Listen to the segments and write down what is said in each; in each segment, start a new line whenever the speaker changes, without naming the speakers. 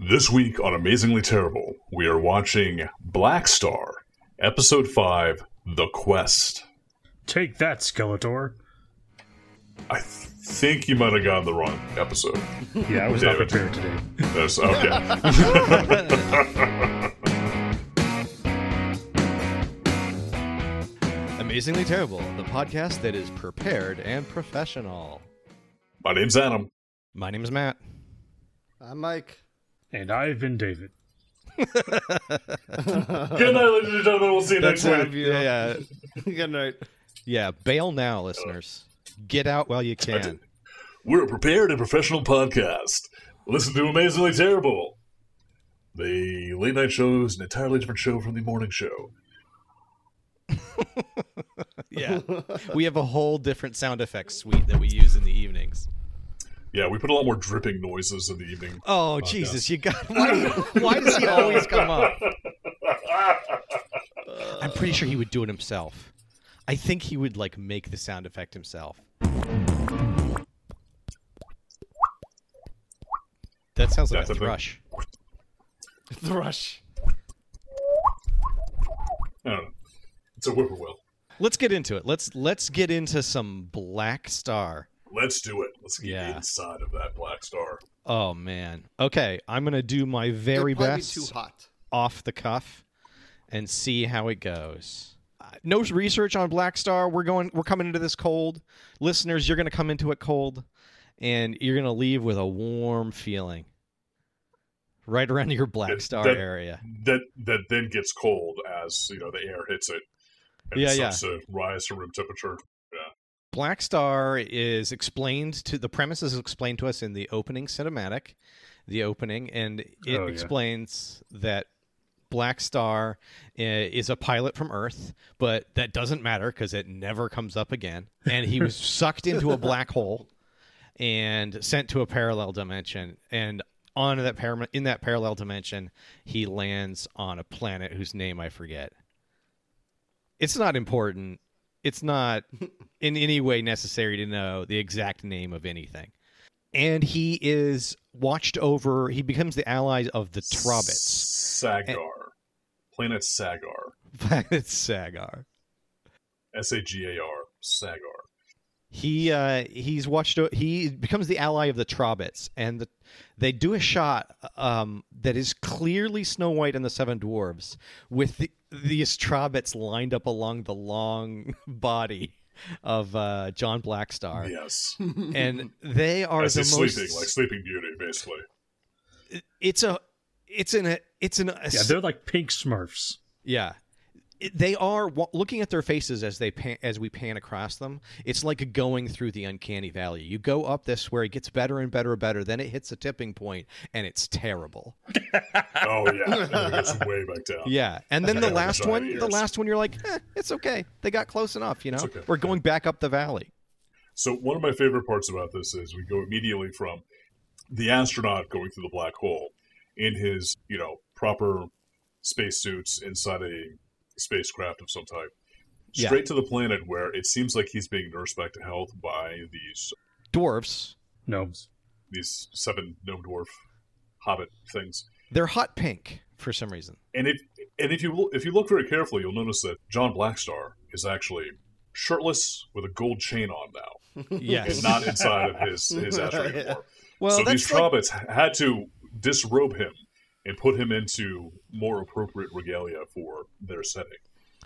This week on Amazingly Terrible, we are watching Black Star, Episode 5 The Quest.
Take that, Skeletor.
I th- think you might have gotten the wrong episode. oh,
Yeah, I was
not
not prepared today.
That's okay.
Amazingly Terrible, the podcast that is prepared and professional.
My name's Adam.
My name is Matt.
I'm Uh, Mike.
And I've been David.
Good night, ladies and gentlemen. We'll see you next
it.
week.
View.
Yeah, yeah,
Good night.
yeah. Bail now, listeners. Get out while you can.
We're a prepared and professional podcast. Listen to Amazingly Terrible. The late night show is an entirely different show from the morning show.
Yeah, we have a whole different sound effects suite that we use in the evenings.
Yeah, we put a lot more dripping noises in the evening.
Oh Jesus, you got why? Why does he always come up? I'm pretty sure he would do it himself. I think he would like make the sound effect himself. That sounds like
That's
a
a big-
thrush.
Thrush.
I don't know. It's a whippoorwill.
Let's get into it. Let's let's get into some Black Star.
Let's do it. Let's get
Yeah.
inside of that black star.
Oh man. Okay, I'm gonna do my very
It'd probably be
best
too hot.
off the cuff and see how it goes. Uh, No research on Black Star. We're going. We're coming into this cold, listeners. You're going to come into it cold, and you're going to leave with a warm feeling, right around your Black
That-
Star
that-
area.
That that then gets cold as you know the air hits it. And
Yeah,
it
yeah.
starts to rise to room temperature.
Black Star is explained to the premise is explained to us in the opening cinematic, the opening, and it
Oh, yeah.
explains that Black Star i- is a pilot from Earth, but that doesn't matter because it never comes up again. And he was sucked into a black hole and sent to a parallel dimension. And on that par- in that parallel dimension, he lands on a planet whose name I forget. It's not important. It's not in any way necessary to know the exact name of anything. And he is watched over. He becomes the ally of the Trobbits.
Sagar. Planet Sagar.
Planet Sagar.
S A G A R. Sagar.
He uh, he's watched. o- He becomes the ally of the Trobbits, and the, they do a shot um, that is clearly Snow White and the Seven Dwarves, with the, these Trobbits lined up along the long body of uh, John Blackstar,
Yes.
and they are
As
the
he's
most.
sleeping, like Sleeping Beauty, basically.
it's a it's an it's an
Yeah, they're like pink Smurfs.
Yeah. It- They are wa- looking at their faces as they pan, as we pan across them. It's like going through the uncanny valley. You go up this where it gets better and better and better. Then it hits a tipping point and it's terrible.
Oh yeah. And it gets way back down.
Yeah, and then
Okay.
the last
Sorry,
one,
yes.
the last one, you're like, eh, it's okay. They got close enough. You know,
okay.
we're going back up the valley.
So one of my favorite parts about this is we go immediately from the astronaut going through the black hole in his, you know, proper spacesuits inside a spacecraft of some type,
Yeah.
straight to the planet where it seems like he's being nursed back to health by these
Dwarfs,
No.
these seven gnome dwarf hobbit things.
they're hot pink for some reason.
And if and if you lo- if you look very carefully, you'll notice that John Blackstar is actually shirtless with a gold chain on now,
Yes.
and not inside of his his astronaut uniform.
well,
so these
that's like-
Trobbits had to disrobe him and put him into more appropriate regalia for their setting.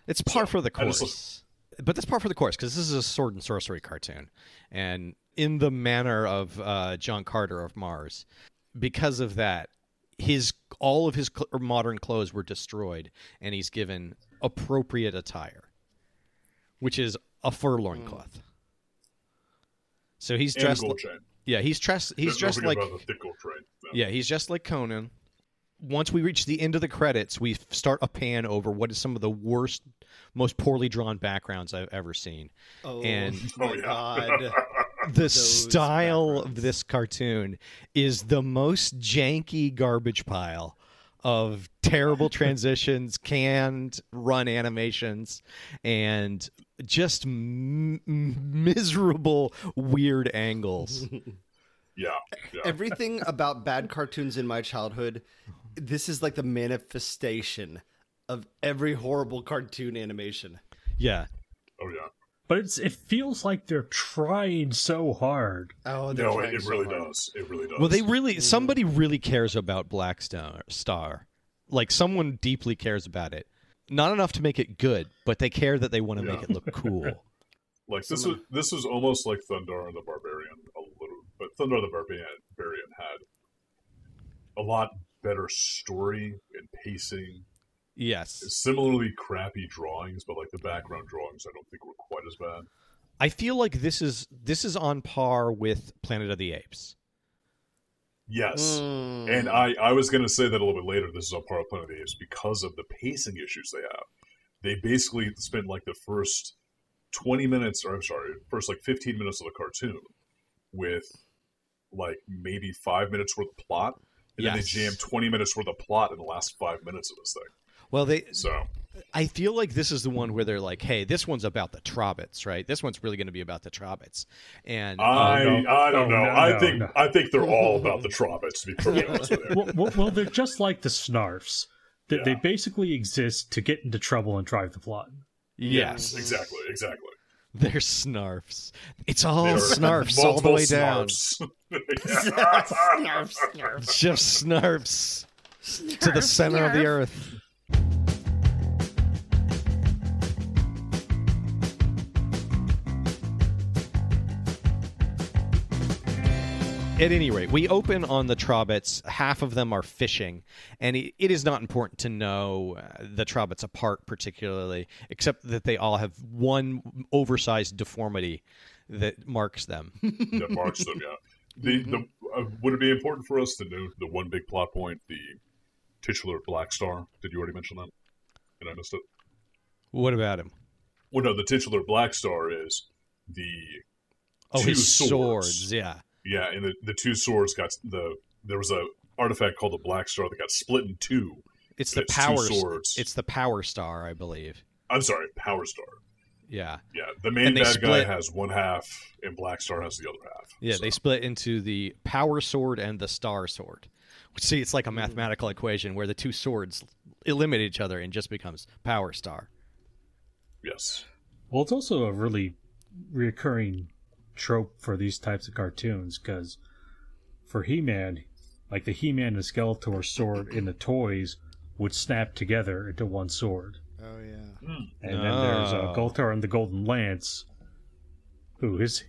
It's par for the
I just-
course. but that's par for the course because this is a sword and sorcery cartoon. And in the manner of uh, John Carter of Mars, because of that, his all of his cl- or modern clothes were destroyed and he's given appropriate attire, which is a fur loincloth. So he's
Hmm. And a
dressed.
gold
li-
chain.
yeah, he's dressed. He's
Don't
dressed
forget
like
about the thick gold chain. Yeah.
yeah, he's just like Conan. Once we reach the end of the credits, we f- start a pan over what is some of the worst, most poorly drawn backgrounds I've ever seen.
Oh,
And-
my
Oh, yeah.
God.
The
Those
style of
backgrounds.
this cartoon is the most janky garbage pile of terrible transitions, canned run animations, and just m- m- miserable, weird angles.
Yeah, yeah.
Everything about bad cartoons in my childhood, this is like the manifestation of every horrible cartoon animation.
Yeah.
Oh yeah.
But it's it feels like they're trying so hard.
Oh, they're
No, it,
trying
it
so
really
hard.
does. It really does.
Well, they really
Mm.
somebody really cares about Black Star, Star. Like someone deeply cares about it. Not enough to make it good, but they care that they want to make
Yeah.
it look cool.
like this is this is almost like Thundar and the Barbarian a little, but Thundar and the Barbarian Barbarian had a lot better story and pacing.
yes.
Similarly, crappy drawings, but like the background drawings, I don't think were quite as bad.
I feel like this is this is on par with Planet of the Apes.
Yes.
Mm.
And I, I was going to say that a little bit later. This is on par with Planet of the Apes because of the pacing issues they have. They basically spent like the first 20 minutes, or I'm sorry, first like 15 minutes of the cartoon with like maybe five minutes worth of plot. And then they
Yes.
jam 20 minutes worth of plot in the last five minutes of this thing.
Well, they
So,
I feel like this is the one where they're like, "Hey, this one's about the Trobits, right? This one's really going to be about the Trobits." And
I,
no.
I don't
Oh,
know.
no,
I
no,
think
no.
I think they're all about the Trobits, to be perfectly honest with you.
well, well, well, they're just like the Snarfs. They, they
Yeah.
basically exist to get into trouble and drive the plot.
yes,
Exactly, exactly.
they're snarfs. It's all
They're
snarfs all the
multiple
way down.
snarfs.
Snarf, snarf,
Just snarfs to the center of the earth. At any rate, we open on the Trobits. Half of them are fishing, and it, it is not important to know uh, the Trobits apart particularly, except that they all have one oversized deformity that marks them.
that marks them. Yeah. The, the uh, would it be important for us to note the one big plot point, the titular Black Star? Did you already mention that? And I missed it.
what about him?
Well, no, the titular Black Star is the
Oh,
Two
his
swords.
swords. Yeah.
yeah, and the, the two swords got s- the there was a artifact called the Black Star that got split in two.
It's
and
the power.
two swords.
It's the power star, I believe.
I'm sorry, Power Star.
Yeah,
Yeah, the main
And they
bad guy
split-
has one half, and Black Star has the other half.
yeah.
So-
They split into the power sword and the star sword. See, it's
Mm-hmm.
like a mathematical equation where the two swords eliminate each other and just becomes power star.
yes,
Well, it's also a really reoccurring trope for these types of cartoons because for He Man, like the He Man and Skeletor sword in the toys would snap together into one sword.
Oh yeah.
And then there's uh,
Oh.
Goltar and the Golden Lance, who his,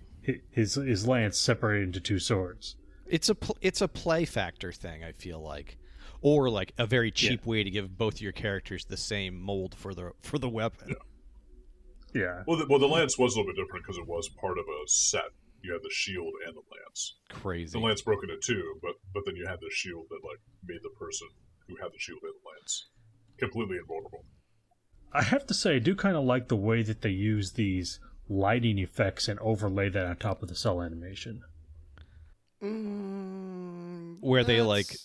his, his lance separated into two swords.
It's a pl- it's a play factor thing. I feel like, or like a very cheap way to give both your characters the same mold for the for the weapon.
Yeah.
well, the, well, the lance was a little bit different because it was part of a set. You had the shield and the lance.
Crazy.
The lance broke into two, but but then you had the shield that like made the person who had the shield and the lance completely invulnerable.
I have to say, I do kind of like the way that they use these lighting effects and overlay that on top of the cell animation.
Mm,
Where they,
that's-
like,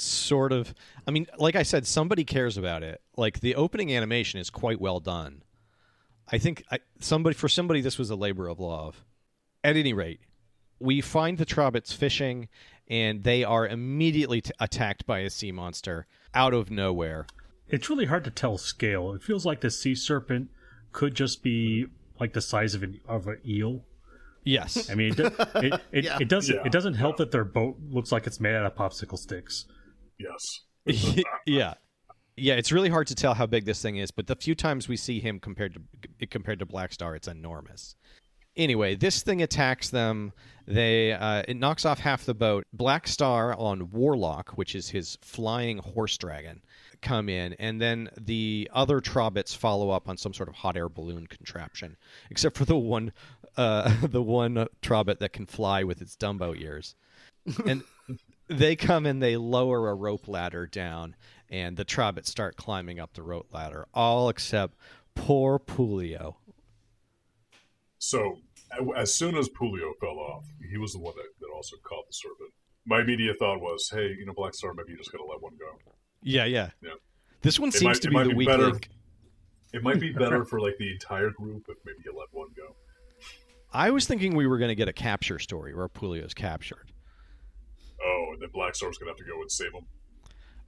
sort of i mean like i said somebody cares about it like the opening animation is quite well done i think I, somebody for somebody this was a labor of love at any rate we find the trobits fishing and they are immediately t- attacked by a sea monster out of nowhere
It's really hard to tell scale. It feels like the sea serpent could just be like the size of an of an eel.
yes
I mean, it do- it, it,
Yeah.
it doesn't
Yeah.
it doesn't help that their boat looks like it's made out of popsicle sticks.
Yes.
yeah yeah it's really hard to tell how big this thing is but the few times we see him compared to compared to black star it's enormous anyway this thing attacks them they uh, it knocks off half the boat black star on warlock which is his flying horse dragon come in and then the other trobits follow up on some sort of hot air balloon contraption except for the one uh, the one trobit that can fly with its dumbo ears and they come and they lower a rope ladder down, and the Trobits start climbing up the rope ladder, all except poor Pulio.
So a- as soon as Pulio fell off, he was the one that, that also caught the serpent. My immediate thought was, hey, you know, Black Star, maybe you just gotta let one go.
Yeah, yeah.
Yeah.
This one
It
seems
might-
to
it
be
might
the
be
weak
better-
link.
It might be better for like the entire group if maybe you let one go.
I was thinking we were going to get a capture story where Pulio's captured.
Oh, and then Black Star's gonna have to go and save him.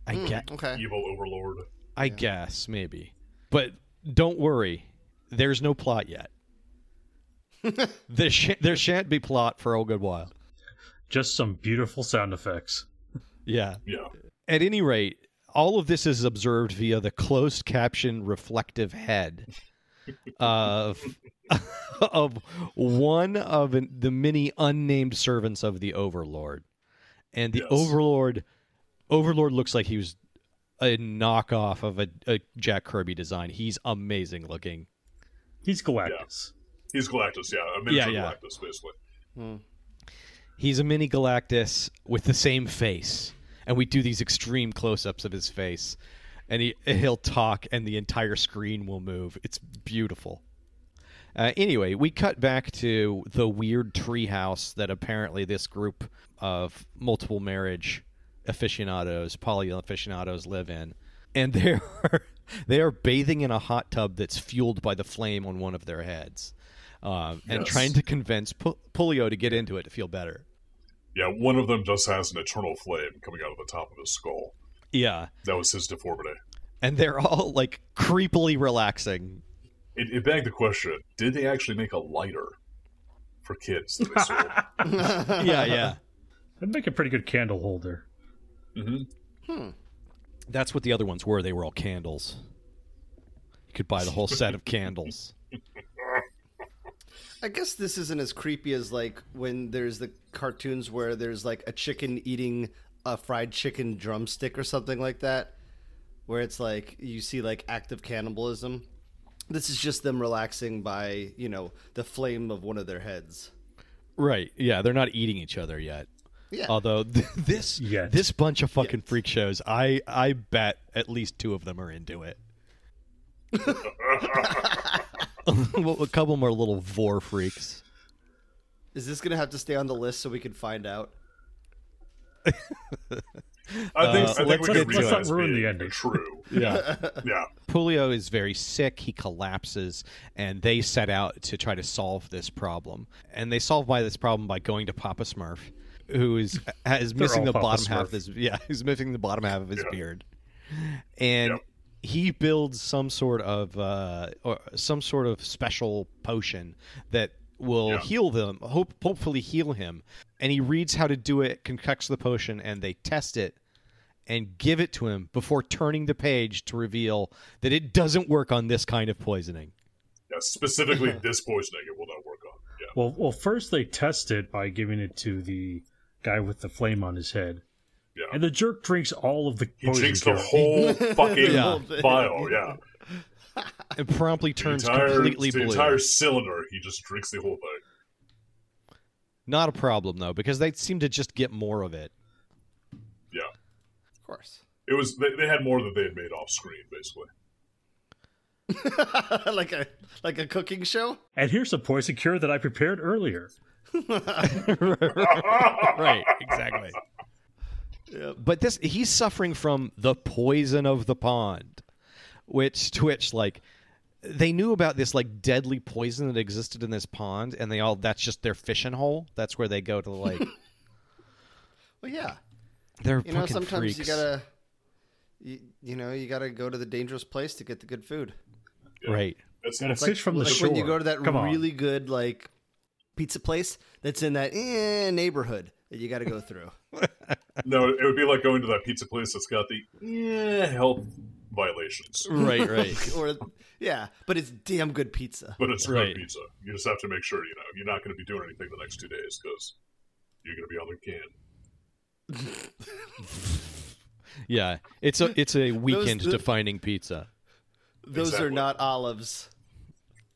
I
Hmm,
get,
okay.
Evil Overlord.
I guess maybe, but don't worry, there's no plot yet. there, sh- there shan't be plot for a good while.
Just some beautiful sound effects.
Yeah.
Yeah.
At any rate, all of this is observed via the closed caption reflective head of of one of an- the many unnamed servants of the overlord. And the
Yes.
overlord overlord looks like he was a knockoff of a, a Jack Kirby design. He's amazing looking.
He's Galactus.
He's Galactus, yeah. A miniature
yeah.
Galactus, basically.
He's a mini Galactus with the same face, and we do these extreme close-ups of his face, and he he'll talk, and the entire screen will move. It's beautiful. Uh, anyway, we cut back to the weird treehouse that apparently this group of multiple marriage aficionados, poly aficionados, live in, and they are they are bathing in a hot tub that's fueled by the flame on one of their heads, um, and
Yes.
trying to convince Pu- Pulio to get into it to feel better.
Yeah, one of them just has an eternal flame coming out of the top of his skull.
Yeah.
That was his deformity.
And they're all like creepily relaxing.
It, it begged the question: Did they actually make a lighter for kids that they sold?
Yeah, yeah.
That'd make a pretty good candle holder.
hmm
That's what the other ones were. They were all candles. You could buy the whole set of candles.
I guess this isn't as creepy as like when there's the cartoons where there's like a chicken eating a fried chicken drumstick or something like that, where it's like you see like active cannibalism. This is just them relaxing by you know the flame of one of their heads.
Right. Yeah, they're not eating each other yet.
Yeah,
Although th- this
Yet.
this bunch of fucking freak shows, I I bet at least two of them are into it. a couple more little vor freaks.
is this gonna have to stay on the list so we can find out?
I think,
Uh,
I think
let's
we
get
can read
to it.
that as
Let's not ruin
being
the ending.
True.
Yeah.
Yeah.
Pulio is very sick. He collapses, and they set out to try to solve this problem. And they solve by this problem by going to Papa Smurf, who is is missing
all
the
Papa
bottom half of
Smurf.
his yeah, he's missing the bottom half of his
Yeah.
beard, and
Yep.
he builds some sort of uh, or some sort of special potion that will
Yeah.
heal them. Hope hopefully heal him. And he reads how to do it, concocts the potion, and they test it and give it to him before turning the page to reveal that it doesn't work on this kind of poisoning.
yeah. Specifically, this poisoning it will not work on. Yeah.
Well, well, first they test it by giving it to the guy with the flame on his head,
Yeah.
and the jerk drinks all of the
He
poison
jinxed the
cure.
whole fucking
Yeah.
vial. Yeah.
It promptly turns
entire,
completely
the
blue.
entire cylinder. He just drinks the whole thing.
Not a problem though, because they seem to just get more of it.
Yeah.
Of course,
It was they, they had more than they had made off screen, basically.
like a like a cooking show.
And here's a poison cure that I prepared earlier.
Right, exactly.
Yep.
But this he's suffering from the poison of the pond, which to which like they knew about this like deadly poison that existed in this pond, and they all that's just their fishing hole. That's where they go to like
Well, yeah.
they're
You know,
fucking
sometimes
freaks.
you gotta, you, you know, you gotta go to the dangerous place to get the good food.
Right.
That's
Gotta fish from the
like
shore.
when you go to that
Come on.
really good like pizza place that's in that eh, neighborhood that you got to go through.
no. It would be like going to that pizza place that's got the yeah, health violations,
Right, right.
or yeah, but it's damn good pizza.
but it's
Right.
good pizza. You just have to make sure you know you're not going to be doing anything the next two days because you're going to be on the can.
Yeah, it's a it's a weekend
th-
defining pizza.
Those are
Exactly.
not olives.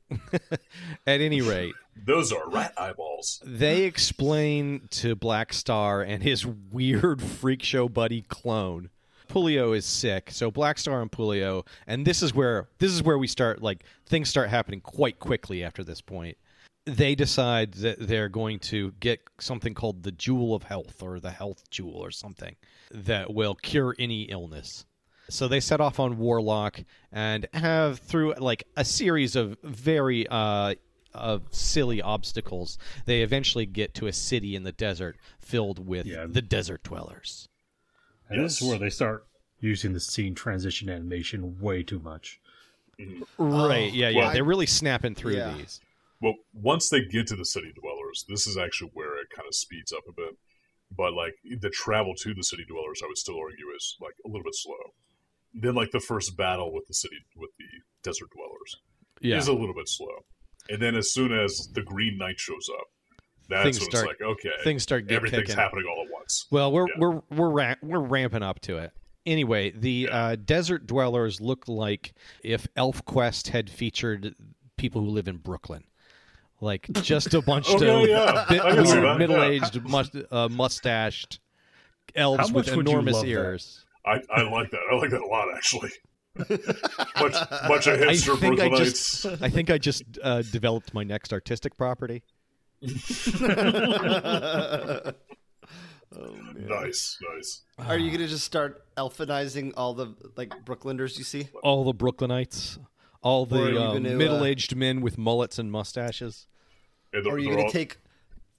At any rate,
Those are rat eyeballs.
they explain to Black Star and his weird freak show buddy clone. Pulio is sick, so Black Star and Pulio, and this is where this is where we start like things start happening quite quickly after this point. They decide that they're going to get something called the Jewel of Health or the Health Jewel or something that will cure any illness. So they set off on Warlock and have through like a series of very uh, of silly obstacles, they eventually get to a city in the desert filled with
Yeah.
the desert dwellers.
And this is
Yes.
where they start using the scene transition animation way too much.
Right. yeah, yeah.
well,
They're really snapping through
Yeah.
these.
Well, once they get to the city dwellers, this is actually where it kind of speeds up a bit. But like the travel to the city dwellers, I would still argue is like a little bit slow. Then like the first battle with the city with the desert dwellers
Yeah.
is a little bit slow. And then as soon as the Green Knight shows up, that's
Things
when
start-
it's like okay,
things start get
everything's
kicking.
happening all at once.
Well, we're
Yeah.
we're we're ra- we're ramping up to it. Anyway, the uh, desert dwellers look like if ElfQuest had featured people who live in Brooklyn, like just a bunch of
Okay, Oh, yeah.
bit
I can see
weird
that, yeah.
middle-aged must, uh, mustached
How
elves
much
with
would you
enormous
love that?
ears.
I, I like that. I like that a lot actually. much much of
I
hipster
think I
Brooklynites.
just I think I just uh, developed my next artistic property.
Nice, nice.
Are you gonna just start elfinizing all the like Brooklyners you see?
All the Brooklynites, all
Or are
the
you
uh,
gonna, uh,
middle-aged men with mullets and mustaches.
And they're,
Or are you
they're
gonna
all-
take?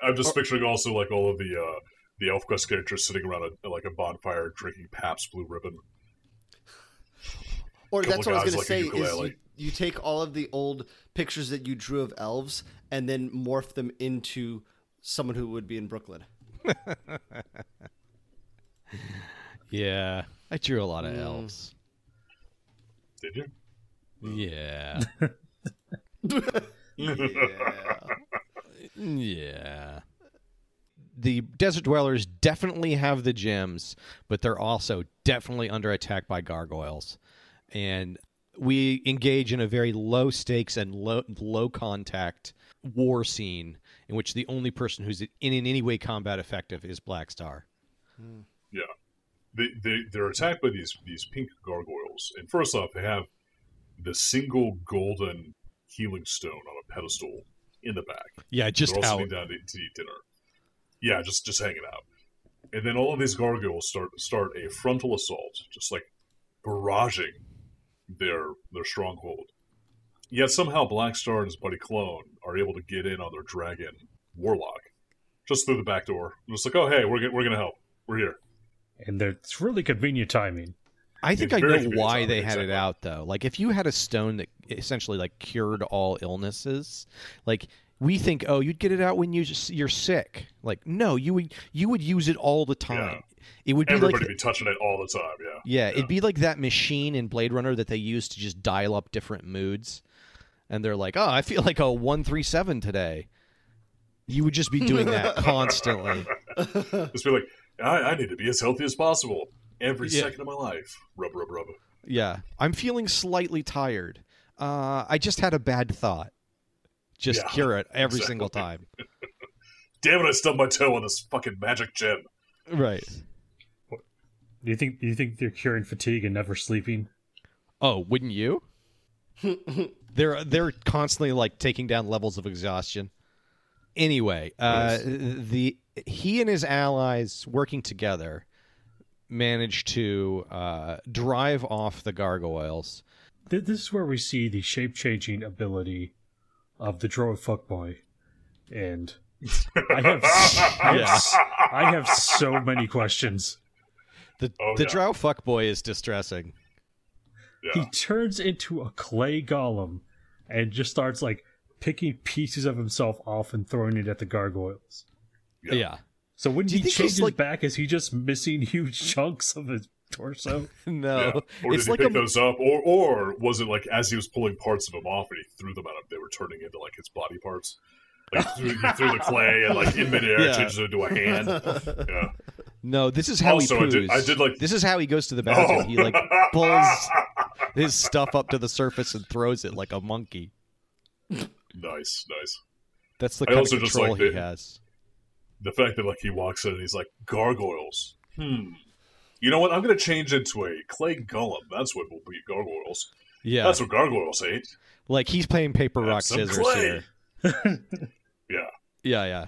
I'm just picturing also like all of the uh, the elf quest characters sitting around a, like a bonfire drinking Pabst Blue Ribbon.
Or
couple
that's what I was
guys
gonna
like a
say is you,
ukulele.
you take all of the old pictures that you drew of elves and then morph them into someone who would be in Brooklyn.
Yeah, I drew a lot
Mm.
of elves.
Did you?
Yeah. yeah. The desert dwellers definitely have the gems, but they're also definitely under attack by gargoyles. And we engage in a very low stakes and low low contact war scene in which the only person who's in, in any way combat effective is Black Star.
Yeah. They, they they're attacked by these these pink gargoyles, and first off, they have the single golden healing stone on a pedestal in the back.
Yeah, just
they're all
out.
sitting down to, to eat dinner. Yeah, just just hanging out. And then all of these gargoyles start start a frontal assault, just like barraging their their stronghold. Yet somehow Black Star and his buddy Clone are able to get in on their dragon warlock just through the back door. I'm just like, oh hey, we're go- we're gonna help. We're here.
And they're- it's really convenient timing.
I think
It's
I
very
know
convenient
why
timing,
they had it
exactly.
out though. Like if you had a stone that essentially like cured all illnesses, like we think, oh, you'd get it out when you just, you're sick. Like no, you would you would use it all the time. It would be
Everybody
like
be touching it all the time. Yeah.
yeah, it'd be like that machine in Blade Runner that they use to just dial up different moods. And they're like, oh, I feel like a one three seven today. You would just be doing that constantly.
Just be like, I, I need to be as healthy as possible every
Yeah.
second of my life. Rub, rub, rub.
Yeah. I'm feeling slightly tired. Uh, I just had a bad thought. Just
Yeah,
cure it every
exactly.
single time.
Damn it! I stubbed my toe on this fucking magic gem.
Right.
Do you think do you think they're curing fatigue and never sleeping?
Oh, wouldn't you? they're they're constantly like taking down levels of exhaustion. Anyway, uh, the he and his allies working together manage to uh, drive off the gargoyles.
Th- This is where we see the shape changing ability of the droid fuckboy, and I have I have, s- I have so many questions.
The
Oh,
the
yeah.
drow fuckboy is distressing.
Yeah.
He turns into a clay golem and just starts like picking pieces of himself off and throwing it at the gargoyles.
Yeah.
yeah.
So when
Do you
he
think he's,
changes
like-
back, is he just missing huge chunks of his torso?
Yeah.
No.
Or
it's
did
like
he
a
pick those up? Or or was it like as he was pulling parts of them off and he threw them at him, they were turning into like his body parts? Like he threw, he threw the clay and like in midair
Yeah.
changes it into a hand. Yeah.
No, this is how
Also,
he
I
poos.
did- I did like-
this is how he goes to the bathroom.
Oh.
He like pulls his stuff up to the surface and throws it like a monkey.
Nice, nice.
That's the
I
kind of
also just
control
like
he
the-
has.
The fact that like he walks in and he's like, gargoyles. Hmm. You know what? I'm gonna change into a clay golem. That's what will be gargoyles.
Yeah,
That's what gargoyles ate.
like he's playing paper
Have
rock
some
scissors
clay.
here.
Yeah.
Yeah, yeah.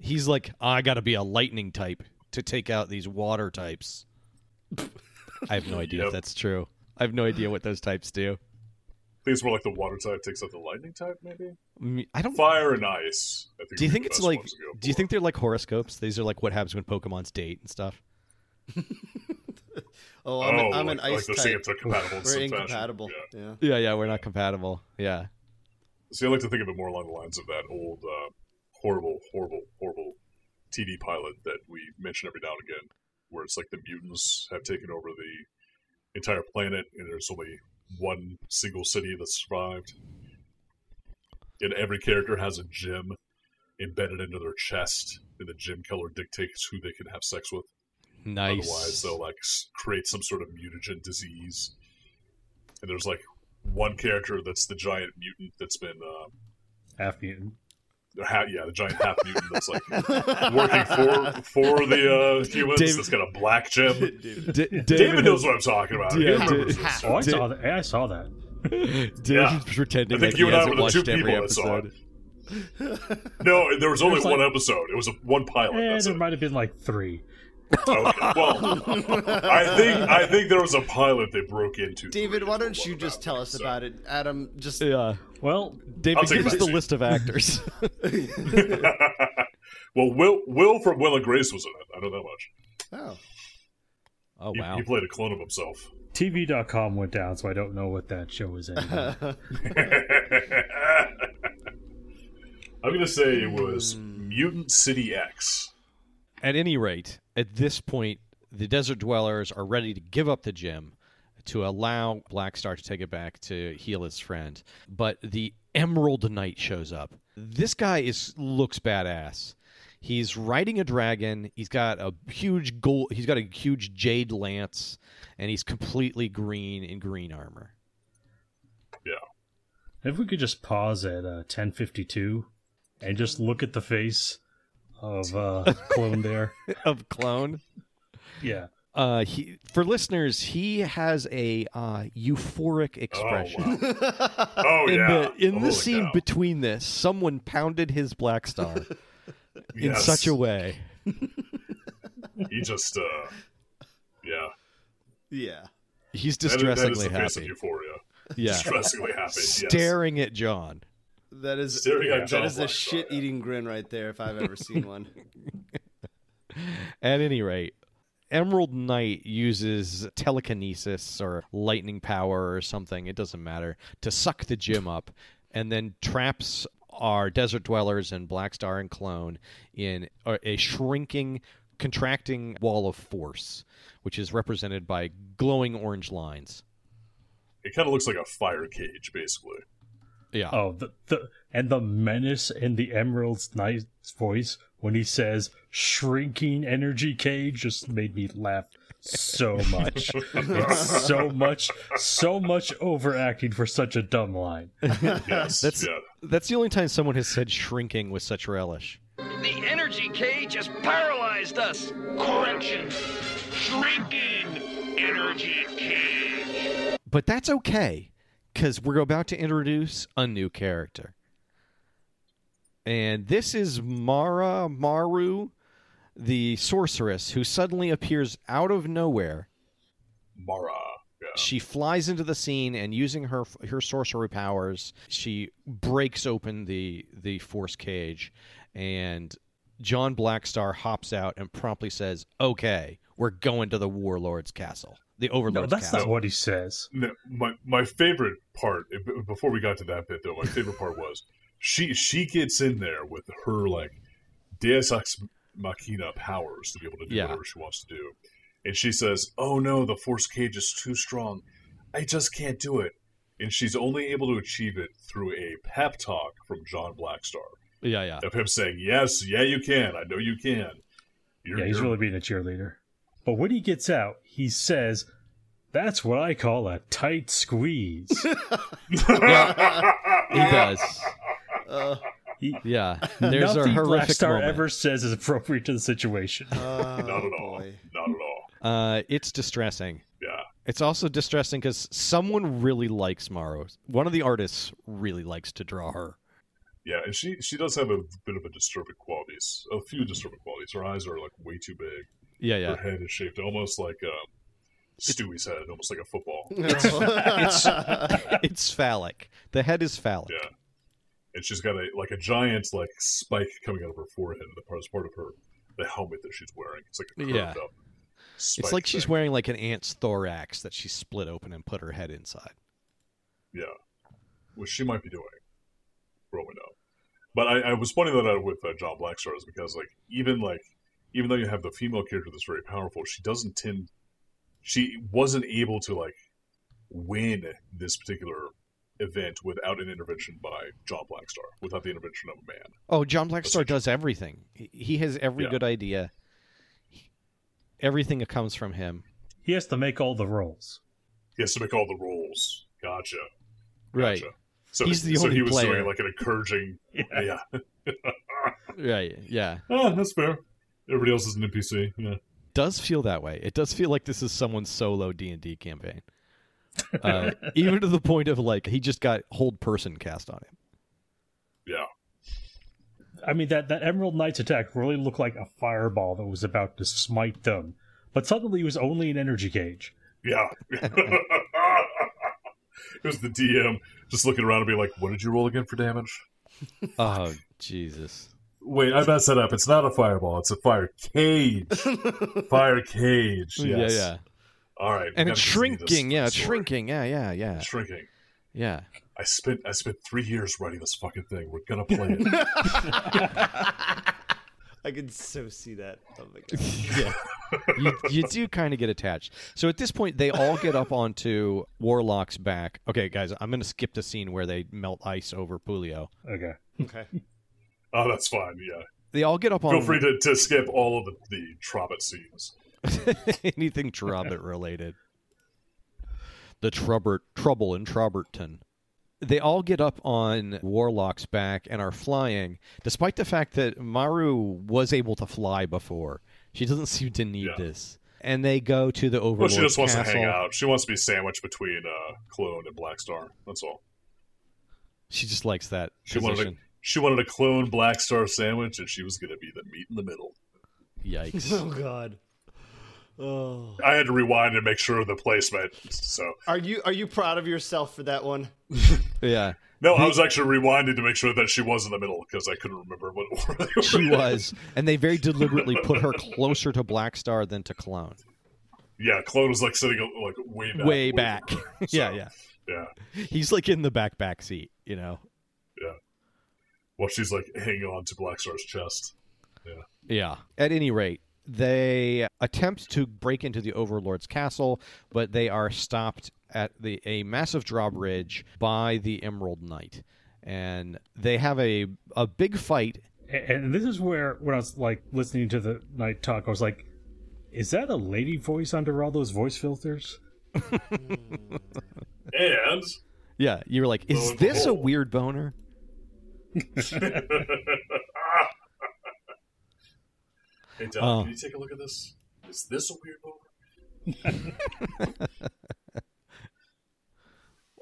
He's like, I got to be a lightning type to take out these water types. I have no idea if
Yep.
that's true. I have no idea what those types do.
think it's more like the water type takes out the lightning type, maybe.
Mm, I don't.
Fire and ice. I think
Do you
are
think
the
it's
best
like?
ones to go
Do you
for.
think they're like horoscopes? These are like what happens when Pokemon's date and stuff.
Oh, I'm, an,
Oh,
I'm an
like- like
ice
those
type.
things are compatible in
We're
some fashion.
incompatible.
Yeah.
Yeah.
Yeah, yeah, we're not compatible. Yeah,
See, I like to think of it more along the lines of that old, uh, horrible, horrible, horrible TV pilot that we mention every now and again, where it's like the mutants have taken over the entire planet, and there's only one single city that survived, and every character has a gym embedded into their chest, and the gym killer dictates who they can have sex with.
nice.
Otherwise, they'll like s- create some sort of mutagen disease. And there's like one character that's the giant mutant that's been, uh,
Half mutant.
the ha- yeah, the giant half mutant that's like working for for the uh, humans.
David-
that's got a black gem.
Dude.
D- David,
David knows what I'm talking about. He
Yeah,
remembers
David-
this.
Oh, I
Did-
saw that. Yeah, I saw that.
David's
Yeah.
pretending
I think
like
you
he
and I
hasn't
were the two
watched every
people that saw
episode.
No, there was only
There's, like-
one episode. It was a, one pilot.
Eh,
Oh, that's
there
it.
might have been like three.
Okay, Well, I think I think there was a pilot they broke into.
David, why don't
What
you just
about
tell
that?
us
So-
about it? Adam, just
Yeah,
Well,
I'll
David,
take
give us
that.
the list of actors.
well, Will Will from Will and Grace was in it. I know that much.
oh.
oh
He,
wow,
he played a clone of himself.
TV.com went down, so I don't know what that show is anymore.
I'm gonna say it was
Hmm.
Mutant City X.
At any rate, at this point, the desert dwellers are ready to give up the gem to allow Black Star to take it back to heal his friend. But the Emerald Knight shows up. This guy is looks badass. He's riding a dragon. He's got a huge gold. He's got a huge jade lance, and he's completely green in green armor.
if we could just pause at uh, 1052 and just look at the face of uh, Clone there.
of clone.
Yeah.
Uh, he for listeners, he has a uh, euphoric expression.
Oh, wow. oh
in
yeah.
the in
Holy
the scene
cow.
between this, someone pounded his black star in
Yes.
such a way.
he just uh, yeah.
Yeah.
He's
That is- that is
distressingly
the face of
happy.
Euphoria.
Yeah.
Distressingly happy. Yes.
Staring at John.
That is
Staring at John
that is a
Black,
shit eating grin right there if I've ever seen one.
At any rate, Emerald Knight uses telekinesis or lightning power or something, it doesn't matter, to suck the gym up and then traps our desert dwellers and Black Star and Clone in a a shrinking, contracting wall of force, which is represented by glowing orange lines.
It kind of looks like a fire cage, basically.
Yeah.
Oh, the, the and the menace in the Emerald's knight's voice when he says "shrinking energy cage" just made me laugh so much. it's so much, so much overacting for such a dumb line.
Yes.
That's-
yeah.
That's the only time someone has said shrinking with such relish.
The energy cage has paralyzed us.
Crunching, shrinking, energy cage.
But that's okay, because we're about to introduce a new character. And this is Mara Maru, the sorceress, who suddenly appears out of nowhere.
Mara. Yeah.
She flies into the scene and using her her sorcery powers, she breaks open the the force cage and John Blackstar hops out and promptly says, "Okay, we're going to the Warlord's castle." The
No,
Overlord's
that's
castle.
not what he says.
No, my my favorite part b- before we got to that bit though, my favorite part was she she gets in there with her like Deus Ex Machina powers to be able to do
Yeah.
whatever she wants to do, and she says, "Oh no, the force cage is too strong. I just can't do it." And she's only able to achieve it through a pep talk from John Blackstar
Yeah, yeah.
of him saying, "Yes, yeah, you can. I know you can." You're,
Yeah, he's
you're-
really being a cheerleader. But when he gets out, he says, "That's what I call a tight squeeze."
He does.
Uh,
He-
Yeah. There's a
Nothing
horrific
Blackstar
moment.
ever says is appropriate to the situation.
oh,
not at all.
boy.
Not at all.
Uh, it's distressing.
Yeah.
It's also distressing because someone really likes Morrow. One of the artists really likes to draw her.
Yeah, and she she does have a bit of a disturbing qualities, a few disturbing qualities. Her eyes are like way too big.
Mm-hmm. Yeah, yeah.
Her head is shaped almost like um, Stewie's head, almost like a football.
It's it's phallic. The head is phallic.
Yeah. And she's got a like a giant like spike coming out of her forehead and the part part of her the helmet that she's wearing. It's like a curved
Yeah.
up.
It's
spike
like she's
thing.
wearing like an ant's thorax that she split open and put her head inside.
Yeah. Which she might be doing. For all we know. But I, I was pointing that out with uh, John Blackstar is because like even like even though you have the female character that's very powerful, she doesn't tend she wasn't able to like win this particular event without an intervention by John Blackstar, without the intervention of a man.
Oh, John Blackstar does everything. He- He has every
Yeah.
good idea. Everything that comes from him.
He has to make all the rolls.
He has to make all the rules. Gotcha.
Right.
Gotcha. So
He's the
so
only
he was
player.
doing like an encouraging. Yeah.
Right. Yeah.
Ah, that's fair. Everybody else is an NPC. Yeah.
Does feel that way. It does feel like this is someone's solo D and D campaign. Uh, even to the point of like he just got hold person cast on him.
Yeah.
I mean, that, that Emerald Knight's attack really looked like a fireball that was about to smite them, but suddenly it was only an energy gauge.
Yeah. it was the DM just looking around and being like, what did you roll again for damage?
Oh Jesus.
Wait, I messed that up. It's not a fireball. It's a fire cage. fire cage. Yes.
Yeah. Yeah.
All right.
And
we
it's
gotta continue this
shrinking. Yeah. It's
story.
shrinking. Yeah. Yeah. Yeah.
It's shrinking.
Yeah.
I spent I spent three years writing this fucking thing. We're gonna play it.
I can so see that. Oh my god.
yeah. You, you do kind of get attached. So at this point, they all get up onto Warlock's back. Okay, guys, I'm going to skip the scene where they melt ice over Pulio.
Okay.
Okay.
oh, that's fine. Yeah.
They all get up on
Feel free to, to skip all of the, the Trobbit scenes.
anything Trobbit related. The Trubbert, trouble in Trobberton. They all get up on Warlock's back and are flying, despite the fact that Maru was able to fly before. She doesn't seem to need
Yeah.
this. And they go to the
Well,
Overlord's
she just wants
castle.
to hang out. She wants to be sandwiched between uh, Clone and Black Star. That's all.
She just likes that
She
position.
wanted a, she wanted a Clone Black Star sandwich, and she was going to be the meat in the middle.
Yikes.
Oh god. Oh.
I had to rewind and make sure of the placement. So
Are you are you proud of yourself for that one?
yeah.
no, I was actually rewinding to make sure that she was in the middle because I couldn't remember what order they were
She
in.
was. And they very deliberately put her closer to Black Star than to Clone.
Yeah, Clone was like sitting uh, like way back.
Way back. yeah, yeah.
Yeah.
He's like in the back back seat, you know.
While she's like hanging on to Black Star's chest.
Yeah. At any rate, they attempt to break into the Overlord's castle, but they are stopped at the a massive drawbridge by the Emerald Knight. And they have a a big fight.
A- And this is where, when I was like listening to the night talk, I was like, is that a lady voice under all those voice filters?
And
Yeah, you're like,
Lo
is
and
this a
behold.
weird boner?
hey, Doc,
Oh.
can you take a look at this? Is this a weird moment?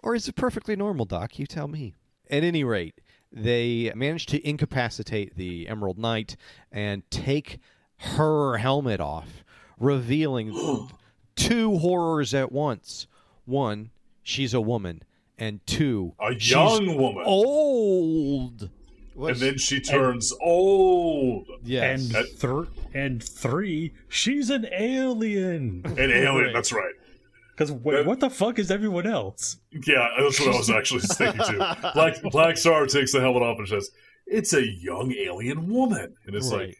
Or is it perfectly normal, Doc? You tell me. At any rate, they manage to incapacitate the Emerald Knight and take her helmet off, revealing two horrors at once. One, she's a woman, and two,
A
she's
young woman.
old.
What
and then she turns old.
Yes.
And, thir- and three, she's an alien.
An alien, that's right.
Because wait, what the fuck is everyone else?
Yeah, that's what I was actually thinking too. Black Black Star takes the helmet off and says, "It's a young alien woman," and it's
Right.
like,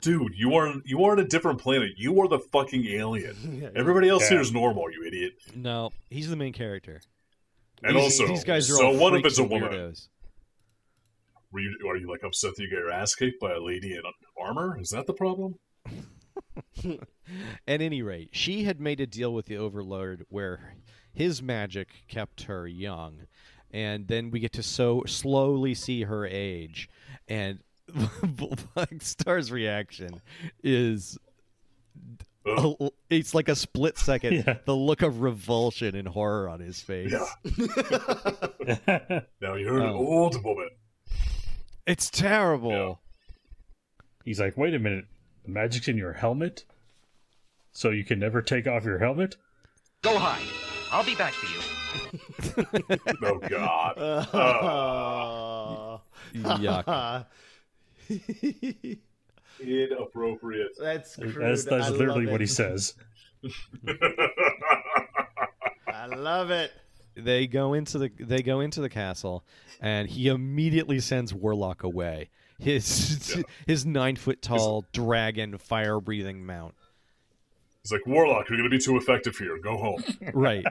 "Dude, you are you are on a different planet. You are the fucking alien. Everybody else here is normal, you idiot."
no, he's the main character.
And
These-
also,
these guys are
so
all
one of
freaks
it's a
and
woman.
weirdos.
Were you are you like upset that you got your ass kicked by a lady in armor? Is that the problem?
At any rate, she had made a deal with the Overlord where his magic kept her young, and then we get to so slowly see her age. And Black Star's reaction is. it's like a split second.
Yeah.
The look of revulsion and horror on his face.
Yeah. Now you're an
Oh.
old woman.
It's terrible.
He's like, wait a minute, the magic's in your helmet? So you can never take off your helmet?
Go hide. I'll be back for you.
Oh God!
Oh.
Yuck.
Inappropriate.
that's crude.
That's,
I
that's
love
literally what
it.
he says.
I love it.
They go into the they go into the castle, and he immediately sends Warlock away. His his nine foot tall dragon fire breathing mount.
He's like, Warlock, you're going to be too effective here. Go home.
Right.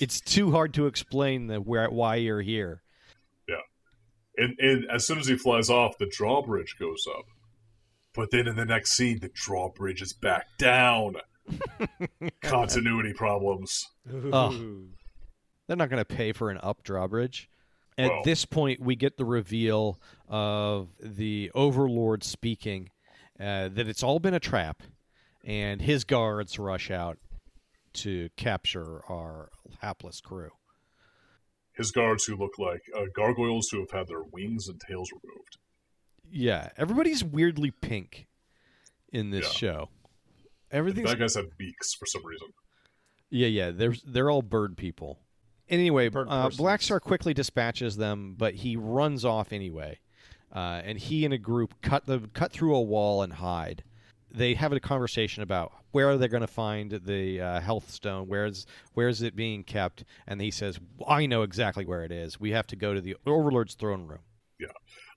it's too hard to explain the where why you're here.
And, and as soon as he flies off, the drawbridge goes up. But then in the next scene, the drawbridge is back down. Continuity problems.
Ugh. They're not going to pay for an up drawbridge. At
Well-
this point, we get the reveal of the Overlord speaking uh, that it's all been a trap, and his guards rush out to capture our hapless crew.
His guards, who look like uh, gargoyles who have had their wings and tails removed.
Yeah, everybody's weirdly pink in this
Yeah.
show. Everything's
That guy's had beaks for some reason.
Yeah, yeah. They're they're all bird people. Anyway,
Bird
uh,
persons.
Black Star quickly dispatches them, but he runs off anyway. Uh, and he and a group cut the cut through a wall and hide. They have a conversation about where they're going to find the uh, health stone. Where's where is it being kept? And he says, "I know exactly where it is. We have to go to the Overlord's throne room."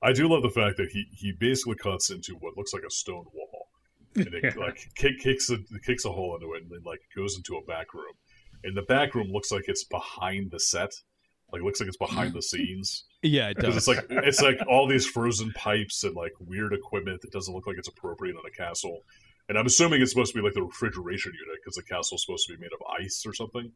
I do love the fact that he, he basically cuts into what looks like a stone wall, and it like kick, kicks a kicks a hole into it, and then like goes into a back room, and the back room looks like it's behind the set, like it looks like it's behind the scenes
Yeah, it
because it's
does.
like it's like all these frozen pipes and like weird equipment that doesn't look like it's appropriate on a castle, and I'm assuming it's supposed to be like the refrigeration unit because the castle's supposed to be made of ice or something,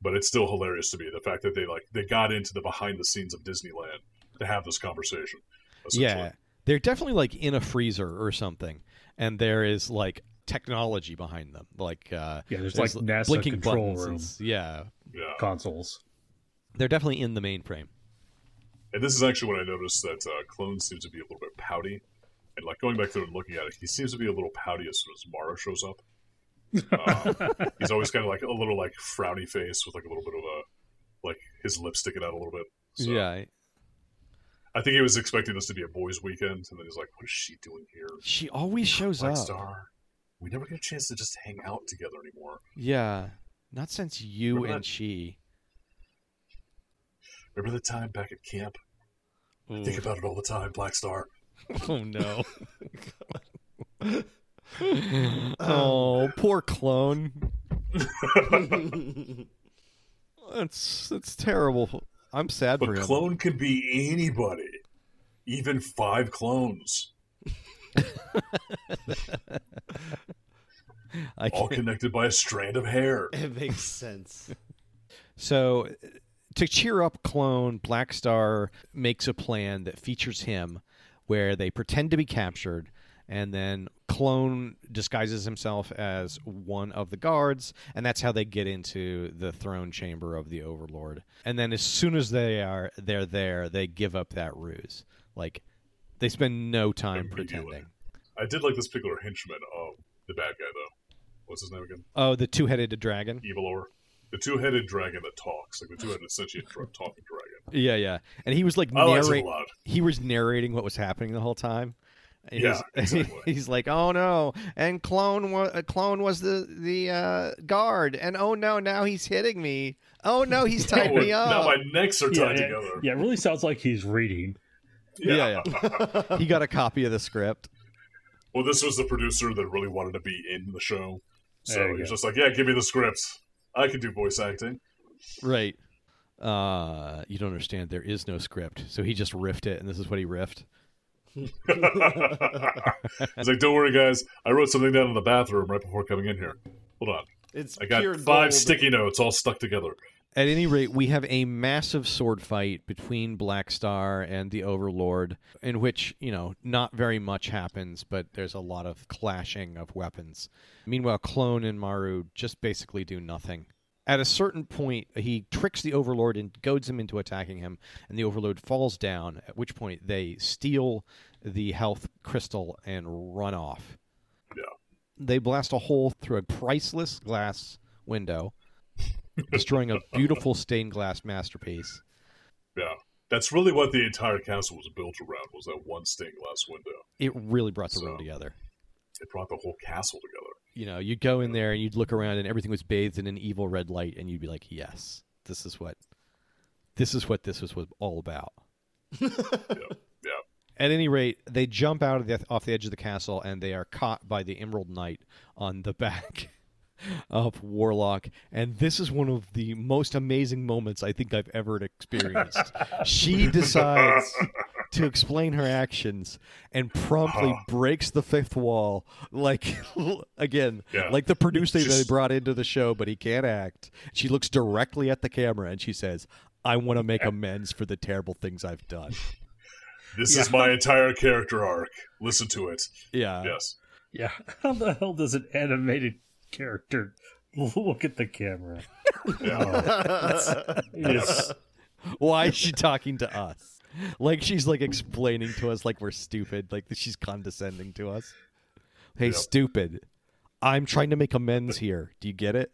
but it's still hilarious to me the fact that they like they got into the behind the scenes of Disneyland to have this conversation. essentially.
Yeah, they're definitely like in a freezer or something, and there is like technology behind them, like uh,
Yeah, there's, like, NASA control
buttons and
room.
s- yeah,
Yeah,
Consoles.
they're definitely in the mainframe.
and this is actually when I noticed that uh, Clone seems to be a little bit pouty, and like going back through and looking at it, he seems to be a little pouty as soon as Mara shows up. Uh, he's always kind of like a little like frowny face with like a little bit of a like his lips sticking out a little bit. So
Yeah,
I think he was expecting this to be a boys' weekend, and then he's like, "What is she doing here?"
she always shows
Black
up.
Star. We never get a chance to just hang out together anymore.
Yeah, not since you
Remember
and
that-
she.
Remember the time back at camp? I think about it all the time, Black Star.
Oh no. oh, poor clone. That's that's terrible. I'm sad for
But
him.
clone can be anybody, even five clones,
I
all
can't-
connected by a strand of hair.
It makes sense.
So, uh, to cheer up Clone, Black Star makes a plan that features him where they pretend to be captured, and then Clone disguises himself as one of the guards, and that's how they get into the throne chamber of the Overlord. And then, as soon as they are they're there, they give up that ruse. Like, they spend no time
Immediately.
pretending.
I did like this particular henchman of the bad guy, though. What's his name again?
Oh, the two-headed dragon.
Evil or the two-headed dragon that talks, like the two-headed sentient dra- talking dragon.
Yeah, yeah. And he was like
I liked him Oh, a
narrate-
lot.
he was narrating what was happening the whole time. And
Yeah,
he's,
exactly.
he's like, "Oh no!" And clone was clone was the the uh, guard, and oh no, now he's hitting me. Oh no, he's tied me
Oh, now
up.
my necks are tied
yeah,
together.
yeah, it really sounds like he's reading.
Yeah, yeah. he got a copy of the script.
Well, this was the producer that really wanted to be in the show,
There
so
you
he was
go.
just like, "Yeah, give me the script. I can do voice acting."
Right. Uh, you don't understand. There is no script, so he just riffed it, and this is what he riffed.
He's like, "Don't worry, guys. I wrote something down in the bathroom right before coming in here. Hold on."
It's
I got
pure
five
gold.
sticky notes all stuck together.
At any rate, we have a massive sword fight between Black Star and the Overlord, in which, you know, not very much happens, but there's a lot of clashing of weapons. Meanwhile, Clone and Maru just basically do nothing. At a certain point, he tricks the Overlord and goads him into attacking him, and the Overlord falls down, at which point they steal the health crystal and run off.
Yeah.
They blast a hole through a priceless glass window, destroying a beautiful stained glass masterpiece.
Yeah. That's really what the entire castle was built around was that one stained glass window.
It really brought the
So-
room together.
It brought the whole castle together.
You know, you'd go in there and you'd look around and everything was bathed in an evil red light and you'd be like, "Yes, this is what this is what this was, was all about."
Yeah.
At any rate, they jump out of the off the edge of the castle and they are caught by the Emerald Knight on the back of Warlock. And this is one of the most amazing moments I think I've ever experienced. she decides to explain her actions and promptly breaks the fifth wall like again
Yeah.
like the producer that they
Just-
brought into the show but he can't act she looks directly at the camera and she says i want to make amends for the terrible things i've done
This is my entire character arc. Listen to it.
Uh,
yeah
yes.
Yeah. How the hell does an animated character look at the camera? Yes.
Why is she talking to us? Like she's like explaining to us like we're stupid, like she's condescending to us. Hey,
Yep.
stupid. I'm trying to make amends here. Do you get it?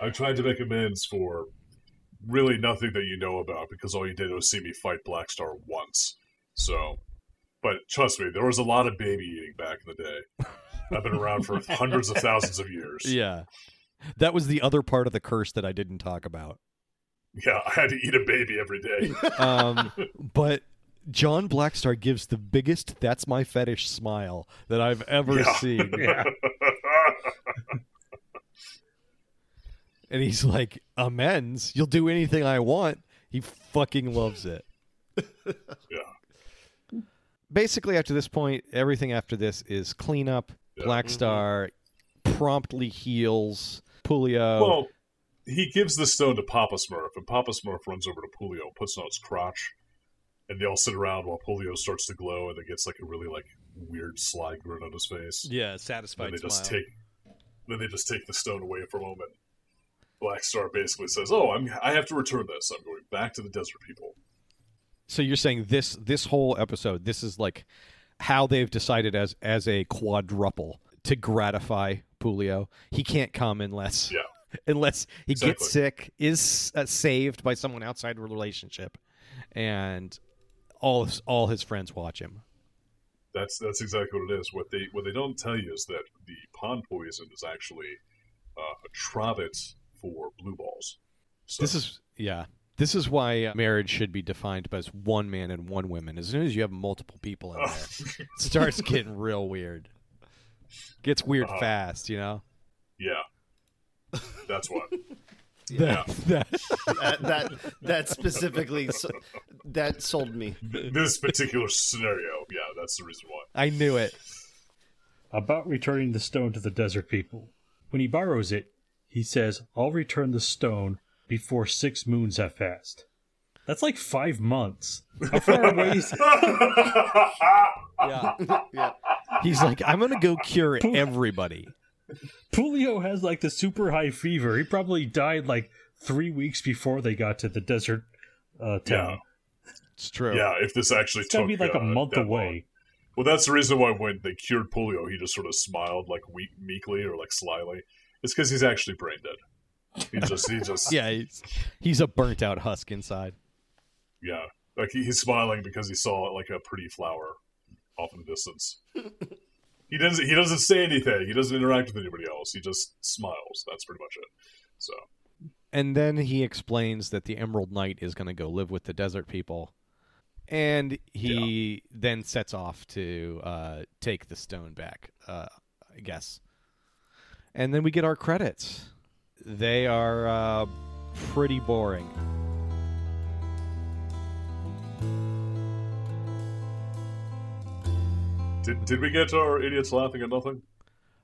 I'm trying to make amends for really nothing that you know about because all you did was see me fight Blackstar once. So, but trust me, there was a lot of baby eating back in the day. I've been around for hundreds of thousands of years.
Yeah. That was the other part of the curse that I didn't talk about.
Yeah, I had to eat a baby every day.
Um, but John Blackstar gives the biggest that's my fetish smile that I've ever
Yeah.
seen.
Yeah.
And he's like, amends? You'll do anything I want. He fucking loves it.
Yeah.
Basically, after this point, everything after this is cleanup.
Yeah. Mm-hmm.
Black Star promptly heals Pulio.
Well, he gives the stone to Papa Smurf, and Papa Smurf runs over to Pulio and puts it on his crotch, and they all sit around while Pulio starts to glow, and then gets like a really like weird sly grin on his face.
yeah,
then
satisfied
they just take then they just take the stone away for a moment. Black Star basically says, "Oh, I'm I have to return this. I'm going back to the desert people."
so you're saying this this whole episode, this is like how they've decided as as a quadruple to gratify Pulio. He can't come unless
Yeah,
unless he
Exactly.
gets sick, is uh, saved by someone outside the relationship, and all his, all his friends watch him.
that's that's exactly what it is. What they what they don't tell you is that the pond poison is actually uh, a trovet for blue balls. So,
This is yeah. This is why marriage should be defined as one man and one woman. As soon as you have multiple people in there,
Oh.
it starts getting real weird. Gets weird
Uh-huh.
fast, you know.
yeah, that's what.
Yeah.
that that that specifically so, that sold me.
this particular scenario. Yeah, that's the reason why.
I knew it.
About returning the stone to the desert people. When he borrows it, he says, I'll return the stone before six moons have passed. That's like five months. How far away is
Yeah. He's like, I'm gonna go cure everybody.
Pulio has like the super high fever. He probably died like three weeks before they got to the desert uh, town.
Yeah.
It's true.
Yeah, if this actually
It's
took
gotta be like a
uh,
month
that long.
away.
Well, that's the reason why when they cured polio, he just sort of smiled like weak, meekly or like slyly. It's because he's actually brain dead. He just, he just, yeah,
Yeah. He's, he's a burnt out husk inside.
Like he, he's smiling because he saw like a pretty flower off in the distance. he doesn't, he doesn't say anything. He doesn't interact with anybody else. He just smiles. That's pretty much it. So
And then he explains that the Emerald Knight is going to go live with the desert people. And he then sets off to uh, take the stone back, uh, I guess. And then we get our credits. They are uh, pretty boring.
did, did we get our idiots laughing at nothing?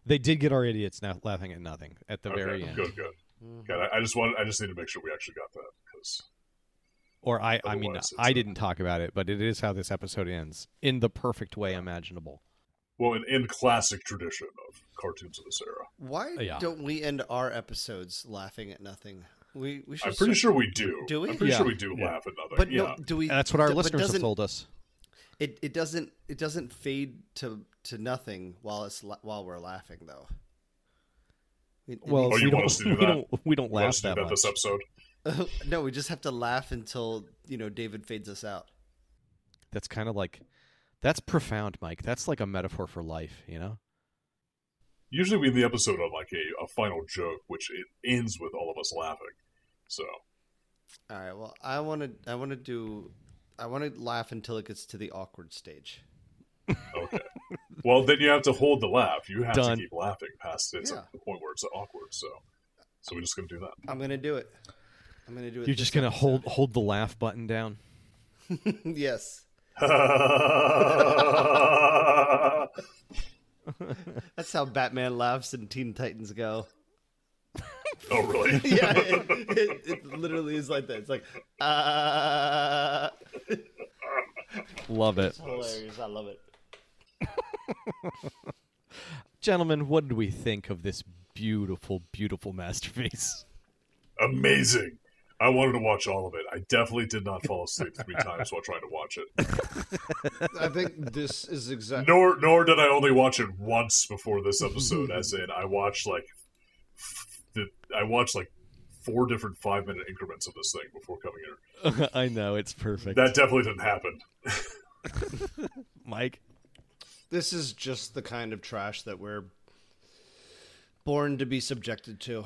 They did get our idiots now laughing at nothing at the very end.
Good, good.
Mm-hmm.
God, I, I just wanted, I just need to make sure we actually got that because
Or I, I mean,
Otherwise, it's
I
a-
didn't talk about it, but it is how this episode ends in the perfect way imaginable.
well, in, in classic tradition of cartoons of this era,
Why
Oh, Yeah.
don't we end our episodes laughing at nothing? We we should.
I'm pretty
start-
sure we do.
Do we?
I'm pretty
Yeah.
sure we do
Yeah.
laugh at nothing.
But
yeah.
no, do we?
And that's what our
d- but
listeners have
doesn't-
told us.
It it doesn't it doesn't fade to to nothing while it's la- while we're laughing though. We-
Well,
Oh,
we
you want
don't,
us to do
we
that?
don't we don't laugh
Let's do
that
that
much.
this episode.
no, we just have to laugh until you know David fades us out.
That's kind of like that's profound, Mike. That's like a metaphor for life, you know?
Usually we end the episode on like a, a final joke, which it ends with all of us laughing. So
All right. Well, I want to. I want to do. I want to laugh until it gets to the awkward stage.
okay. well, then you have to hold the laugh. You have
Done.
to keep laughing past it's
Yeah.
the point where it's awkward. So, so we're just gonna do that.
I'm gonna do it. I'm gonna do it.
You're just
this
gonna hold hold the laugh button down.
time. yes. That's how Batman laughs and Teen Titans go.
oh, really?
Yeah, it, it, it literally is like that. It's like, uh,
Love it.
hilarious. I love it.
Gentlemen, what did we think of this beautiful, beautiful masterpiece?
Amazing. I wanted to watch all of it. I definitely did not fall asleep three times while trying to watch it.
I think this is exactly.
Nor, nor did I only watch it once before this episode. As in, I watched like, f- the, I watched like four different five minute increments of this thing before coming here.
I know, it's perfect.
That definitely didn't happen.
Mike.
This is just the kind of trash that we're born to be subjected to.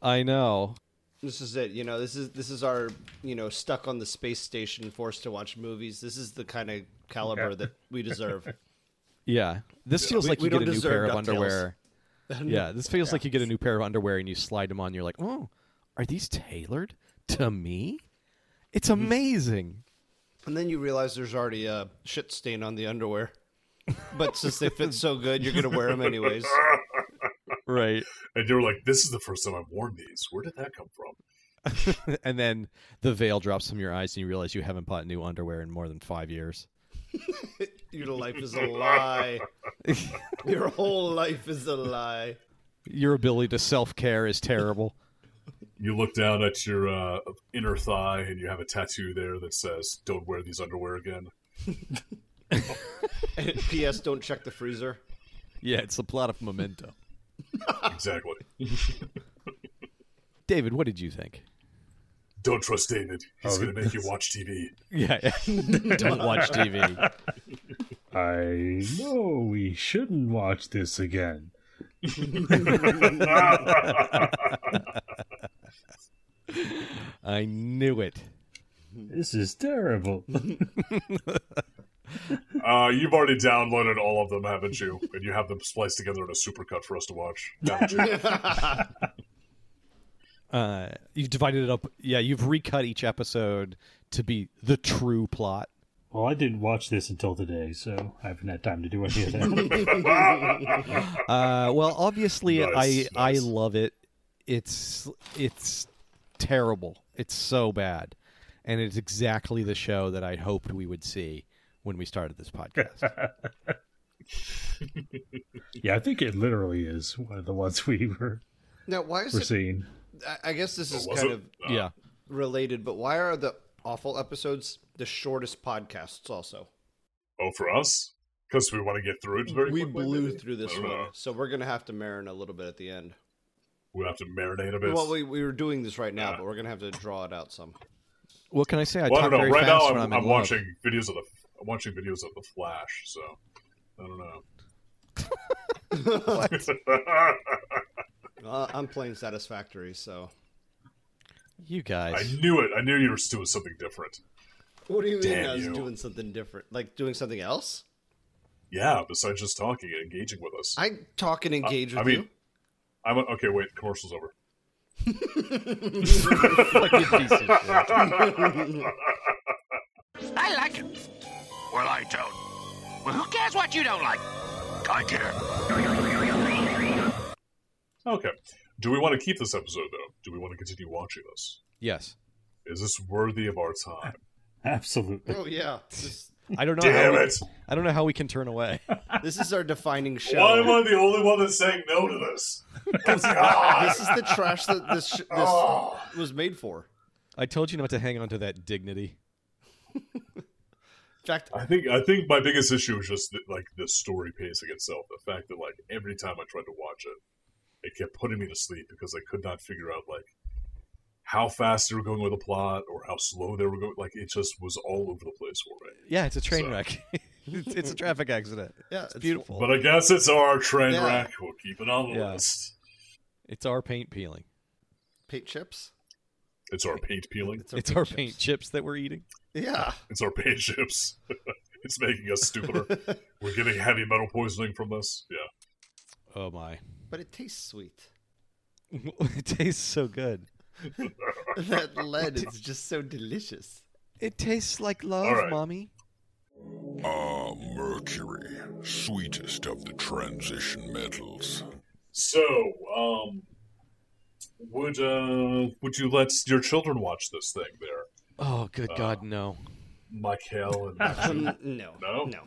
I know.
This is it. You know, this is this is our you know stuck on the space station, forced to watch movies. This is the kind of caliber that we deserve.
Yeah. This feels
We-
like
we
you get
don't
a new
deserve
pair of
DuckTales.
underwear. Yeah, this feels like you get a new pair of underwear and you slide them on. You're like, oh, are these tailored to me? It's
Mm-hmm.
amazing.
And then you realize there's already a shit stain on the underwear. But since they fit so good, you're gonna wear them anyways.
right.
And you're like, this is the first time I've worn these. Where did that come from?
And then the veil drops from your eyes and you realize you haven't bought new underwear in more than five years.
Your life is a lie. Your whole life is a lie.
Your ability to self care is terrible.
You look down at your uh, inner thigh and you have a tattoo there that says, don't wear these underwear again.
P.S. Don't check the freezer.
yeah, it's the plot of Memento.
Exactly.
David, what did you think?
Don't trust David. He's
Oh,
going to make you watch TV.
Yeah, don't watch TV.
I know we shouldn't watch this again.
I knew it.
This is terrible.
Uh, you've already downloaded all of them, haven't you? And you have them spliced together in a supercut for us to watch. haven't you?
Uh, you've divided it up. Yeah, you've recut each episode to be the true plot.
Well, I didn't watch this until today, so I haven't had time to do any of that.
Uh, well, obviously,
Nice,
I
nice.
I love it. It's it's terrible. It's so bad, and it's exactly the show that I hoped we would see when we started this podcast.
yeah, I think it literally is one of the ones we were,
Now, why is
were
it?
seeing.
I- I guess this is
was
kind
it?
of
yeah,
related, but why are the awful episodes the shortest podcasts? Also,
Oh, for us? Because we want to get through it very Uh-huh.
we
quickly,
blew
maybe?
through
I
this
don't
one,
know.
so we're gonna have to marinate a little bit at the end.
We'll have to marinate a bit.
Well, we, we were doing this right now, but we're gonna have to draw it out some.
What can I say? I
Well, I
talk
don't know.
very
Right
fast
now,
when
I'm,
I'm,
I'm
in love.
watching videos of the I'm watching videos of the Flash, so I don't know.
Uh, I'm playing Satisfactory, so
You
I
guys,
knew it. I knew you were doing something different.
what do you mean?
Damn
I was
you.
doing something different, like doing something else.
Yeah, besides just talking and engaging with us.
I talk and engage
Uh, I
with
mean, I'm a, okay. Wait, commercial's over.
fucking piece of shit.
I like it.
Well, I don't.
Well, who cares what you don't like?
I care.
Okay. Do we want to keep this episode though? Do we want to continue watching this?
Yes.
Is this worthy of our time?
Absolutely.
you. Oh yeah, this,
I don't know.
Damn
how we-
it!
I don't know how we can turn away.
this is our defining show.
Why am I the only one that's saying no to this? Ah!
this is the trash that this sh- this
Oh.
was made for.
I told you not to hang on to that dignity.
In fact,
I think I think my biggest issue is just that, like the story pacing itself. The fact that like every time I tried to watch it, It kept putting me to sleep because I could not figure out like how fast they were going with the plot or how slow they were going. Like it just was all over the place for me.
Yeah, it's a train
So- Uh,
wreck. it's, it's a traffic accident.
Yeah,
It's
it's-
beautiful.
But I guess it's our train
Yeah.
wreck. We'll keep it on the
Yeah.
list.
It's our paint peeling.
Paint chips.
It's our paint peeling.
It's our paint chips that we're eating.
Yeah.
It's our paint chips. it's making us stupider. we're getting heavy metal poisoning from this. Yeah.
Oh my!
But it tastes sweet.
it tastes so good.
that lead is just so delicious.
It tastes like
All
love,
right.
mommy.
Ah, mercury, sweetest of the transition metals.
So, um, would uh, would you let your children watch this thing there,
Oh,
Uh,
good God, no,
Michael and Matthew?
Um, no.
No?
No.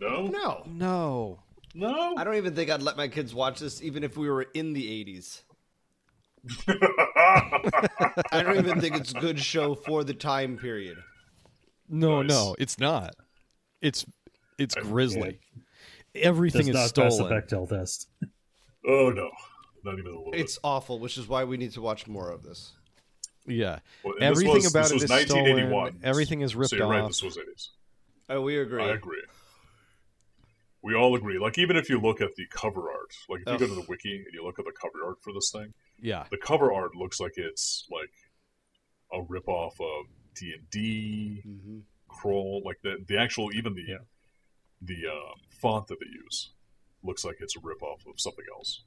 no,
No.
no.
no.
I don't even think I'd let my kids watch this, even if we were in the 80s. I don't even think it's a good show for the time period.
No,
Nice.
no, it's not. It's it's grisly. Everything
Does
is
not pass the
stolen.
Bechdel test.
Oh no, not even a little bit.
It's awful, which is why we need to watch more of this.
Yeah,
Well, and this
everything
was-
about
this
it
was
is
1981.
stolen. Everything is ripped
so you're
off.
right. This was eighties.
Oh, we agree.
I agree. We all agree. Like even if you look at the cover art, like if you go to the wiki and you look at the cover art for this thing,
yeah,
the cover art looks like it's like a ripoff of D and D,
Mhm.
crawl like the the actual even the
Yeah.
the um, font that they use looks like it's a ripoff of something else.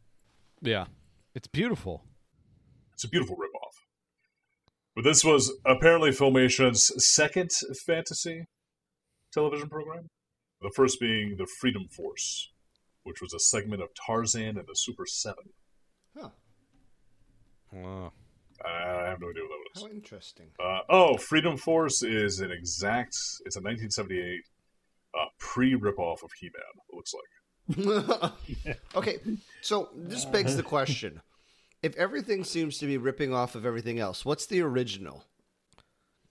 yeah. It's beautiful.
It's a beautiful ripoff. But this was apparently Filmation's second fantasy television program. The first being the Freedom Force, which was a segment of Tarzan and the Super Seven.
Huh.
Wow.
I I have no idea what that was.
How interesting.
Uh, oh, Freedom Force is an exact. It's a 1978 uh, pre-ripoff of He-Man. It looks like.
okay, so this begs the question. If everything seems to be ripping off of everything else, what's the original?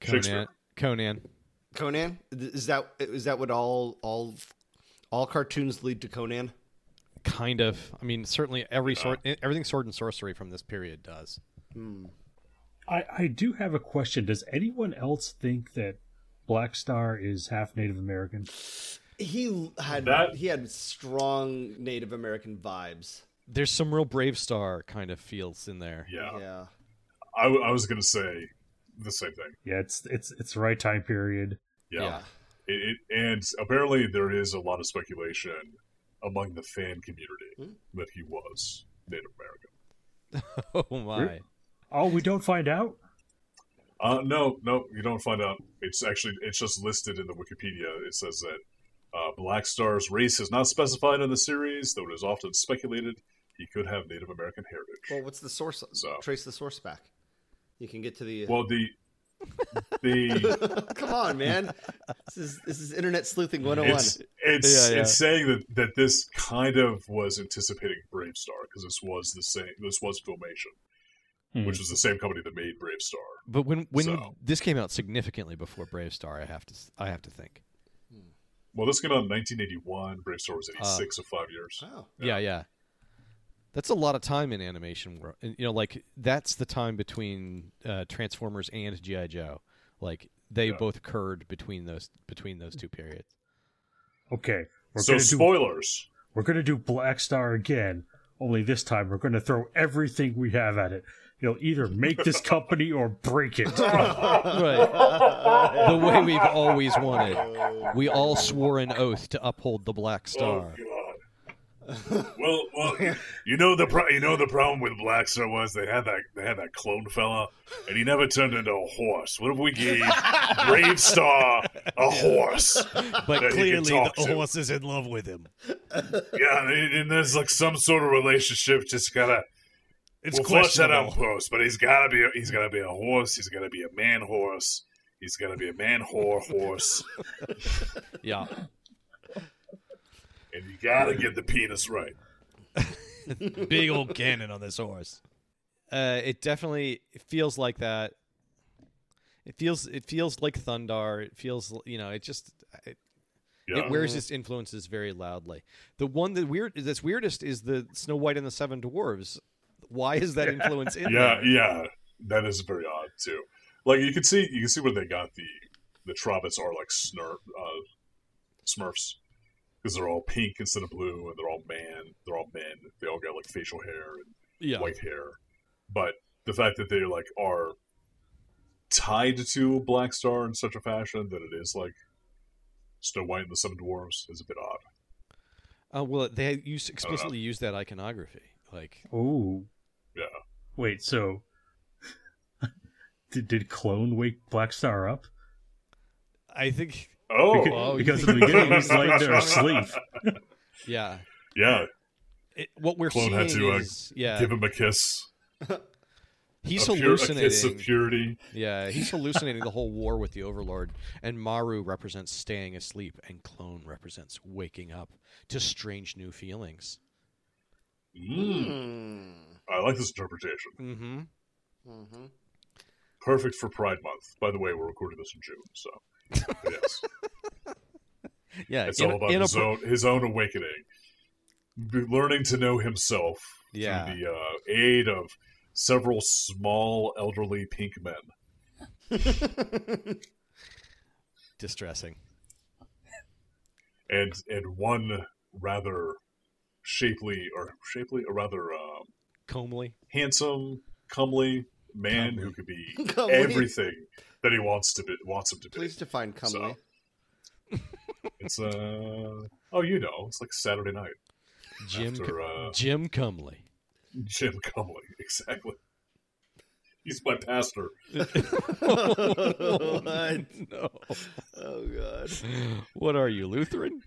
Conan.
Shakespeare.
Conan.
Conan? Is that is that what all all all cartoons lead to Conan?
Kind of. I mean, certainly every sort, everything sword and sorcery from this period does.
I, I do have a question. Does anyone else think that Black Star is half Native American?
He had
That-
he had strong Native American vibes.
There's some real Brave Star kind of feels in there.
Yeah,
Yeah.
I, w- I was gonna say the same thing.
Yeah, it's it's it's the right time period.
Yeah. It, it, and apparently there is a lot of speculation among the fan community that he was Native American.
Oh my.
Oh, we don't find out.
Uh, no, no, you don't find out. It's actually it's just listed in the Wikipedia. It says that uh, Black Star's race is not specified in the series, though it is often speculated he could have Native American heritage.
Well, what's the source?
So-
Trace the source back. You can get to the.
Well, the the
come on, man. This is this is internet sleuthing 101.
it's it's,
Yeah, yeah.
it's saying that, that this kind of was anticipating Brave Star because this was the same this was Filmation,
Hmm.
which was the same company that made Brave Star.
But when when
So-
this came out significantly before Brave Star, I have to s- I have to think.
Well, this came out in 1981. Brave Star
Uh,
was 86, so five years.
Oh,
Yeah, yeah. That's a lot of time in animation world. And, you know, like that's the time between uh, Transformers and GI Joe. Like they both occurred between those between those two periods.
Okay, we're
so
gonna do
spoilers.
we're gonna do Black Star again. Only this time we're gonna throw everything we have at it. You'll either make this company or break it.
Right. the way we've always wanted. We all swore an oath to uphold the Black Star.
Oh, God. well, well, you know the pro- you know the problem with Black Star was they had that they had that clone fella, and he never turned into a horse. What if we gave Brave Star a horse?
But
that he can
clearly the
talk to.
horse is in love with him.
Yeah, and, and there's like some sort of relationship. Just gotta
It's
we'll flush that out post, but he's gotta be he's gotta be a horse. He's gotta be a man horse. He's gotta be a man whore horse.
Yeah.
and you gotta get the penis right.
Big old cannon on this horse. Uh, it definitely it feels like that. It feels it feels like Thundar. It feels you know it just it,
Yeah.
It wears its influences very loudly. The one that weird that's weirdest is the Snow White and the Seven Dwarves. Why is that influence in
yeah,
there?
yeah, that is very odd too. Like you can see, you can see where they got the the Trobits are like snur, uh, Smurfs because they're all pink instead of blue, and they're all man, they're all men. They all got like facial hair and
Yeah.
white hair, but the fact that they like are tied to Black Star in such a fashion that it is like Snow White and the Seven Dwarves is a bit odd.
Uh, well, they use explicitly
Uh.
use that iconography. Like
Ooh.
Yeah.
Wait, so did, did Clone wake Black Star up?
I think,
Oh,
Because,
Oh, you
because
think-
in the beginning he's laying there asleep.
yeah,
yeah,
It- what we're
Clone had
seeing
to, uh,
is yeah,
give him a kiss.
he's
a, pure, a kiss
hallucinating.
of purity.
yeah, he's hallucinating the whole war with the Overlord, and Maru represents staying asleep, and Clone represents waking up to strange new feelings. Hmm.
Mm. I like this interpretation.
Mm-hmm.
Mm-hmm.
Perfect for Pride Month. By the way, we're recording this in June, so yes,
Yeah,
it's
in-
all about
in a
his
pro-
own his own awakening, Be- learning to know himself
Yeah.
through the uh, aid of several small, elderly pink men.
distressing.
and and one rather shapely or shapely or rather um,
Comely.
handsome, comely man who
Comely.
could be
Comely.
everything that he wants to be wants him to be.
Please define comely.
It's uh oh you know it's like Saturday night
Jim
after uh,
Jim Comely.
Jim Comely exactly. He's my pastor.
what?
No.
Oh god.
What are you, Lutheran?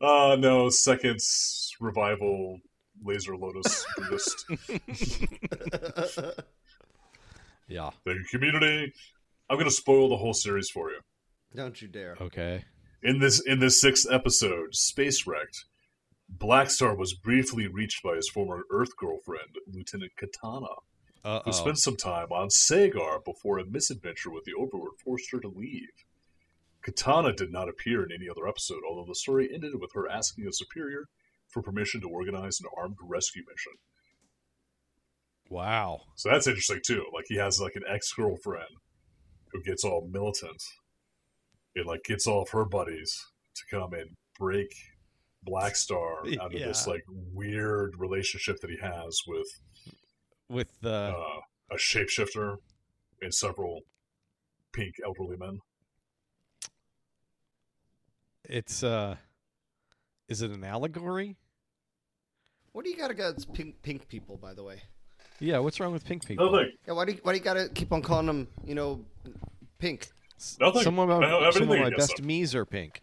Uh no seconds revival laser lotus Buddhist.
Yeah.
Thank you, community. I'm gonna spoil the whole series for you.
Don't you dare.
Okay.
In this in this sixth episode, Space Wrecked, Black Star was briefly reached by his former Earth girlfriend, Lieutenant Katana,
Uh
who spent some time on Sagar before a misadventure with the Overlord forced her to leave. Katana did not appear in any other episode, although the story ended with her asking a superior for permission to organize an armed rescue mission.
Wow.
So that's interesting too. Like he has like an ex girlfriend who gets all militant. It like gets all of her buddies to come and break Black Star out of this
Yeah.
like weird relationship that he has with
With the
uh, a shapeshifter and several pink elderly men.
it's uh is it an allegory?
What do you gotta go? It's pink, pink people, by the way.
Yeah, what's wrong with pink people?
Nothing.
Yeah, why do you, why do you gotta keep on calling them? You know, pink.
S-
Nothing.
Some of
I don't
my,
have
some of
anything
my
against
best
them.
me's are pink.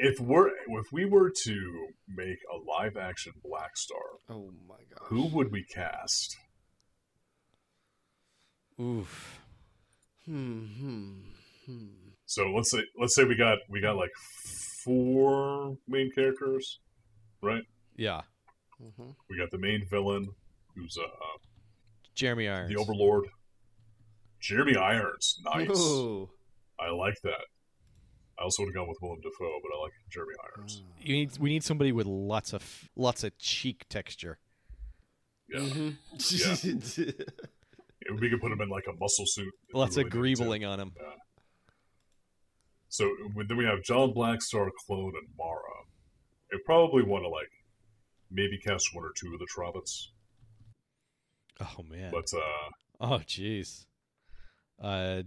If we're if we were to make a live action Black Star,
Oh my god.
who would we cast?
Oof.
Hmm. hmm.
So let's say let's say we got we got like four main characters, right?
Yeah.
We got the main villain, who's uh,
Jeremy Irons.
the Overlord, Jeremy Irons. Nice,
Ooh.
I like that. I also would have gone with Willem Dafoe, but I like Jeremy Irons.
you need we need somebody with lots of lots of cheek texture.
Yeah, And we could put him in like a muscle suit. if we
Lots of
really needed to.
greebling on him.
So we- then we have John Blackstar, Clone, and Mara. I probably want to like maybe cast one or two of the Trobits,
Oh man.
but uh,
Oh jeez. Uh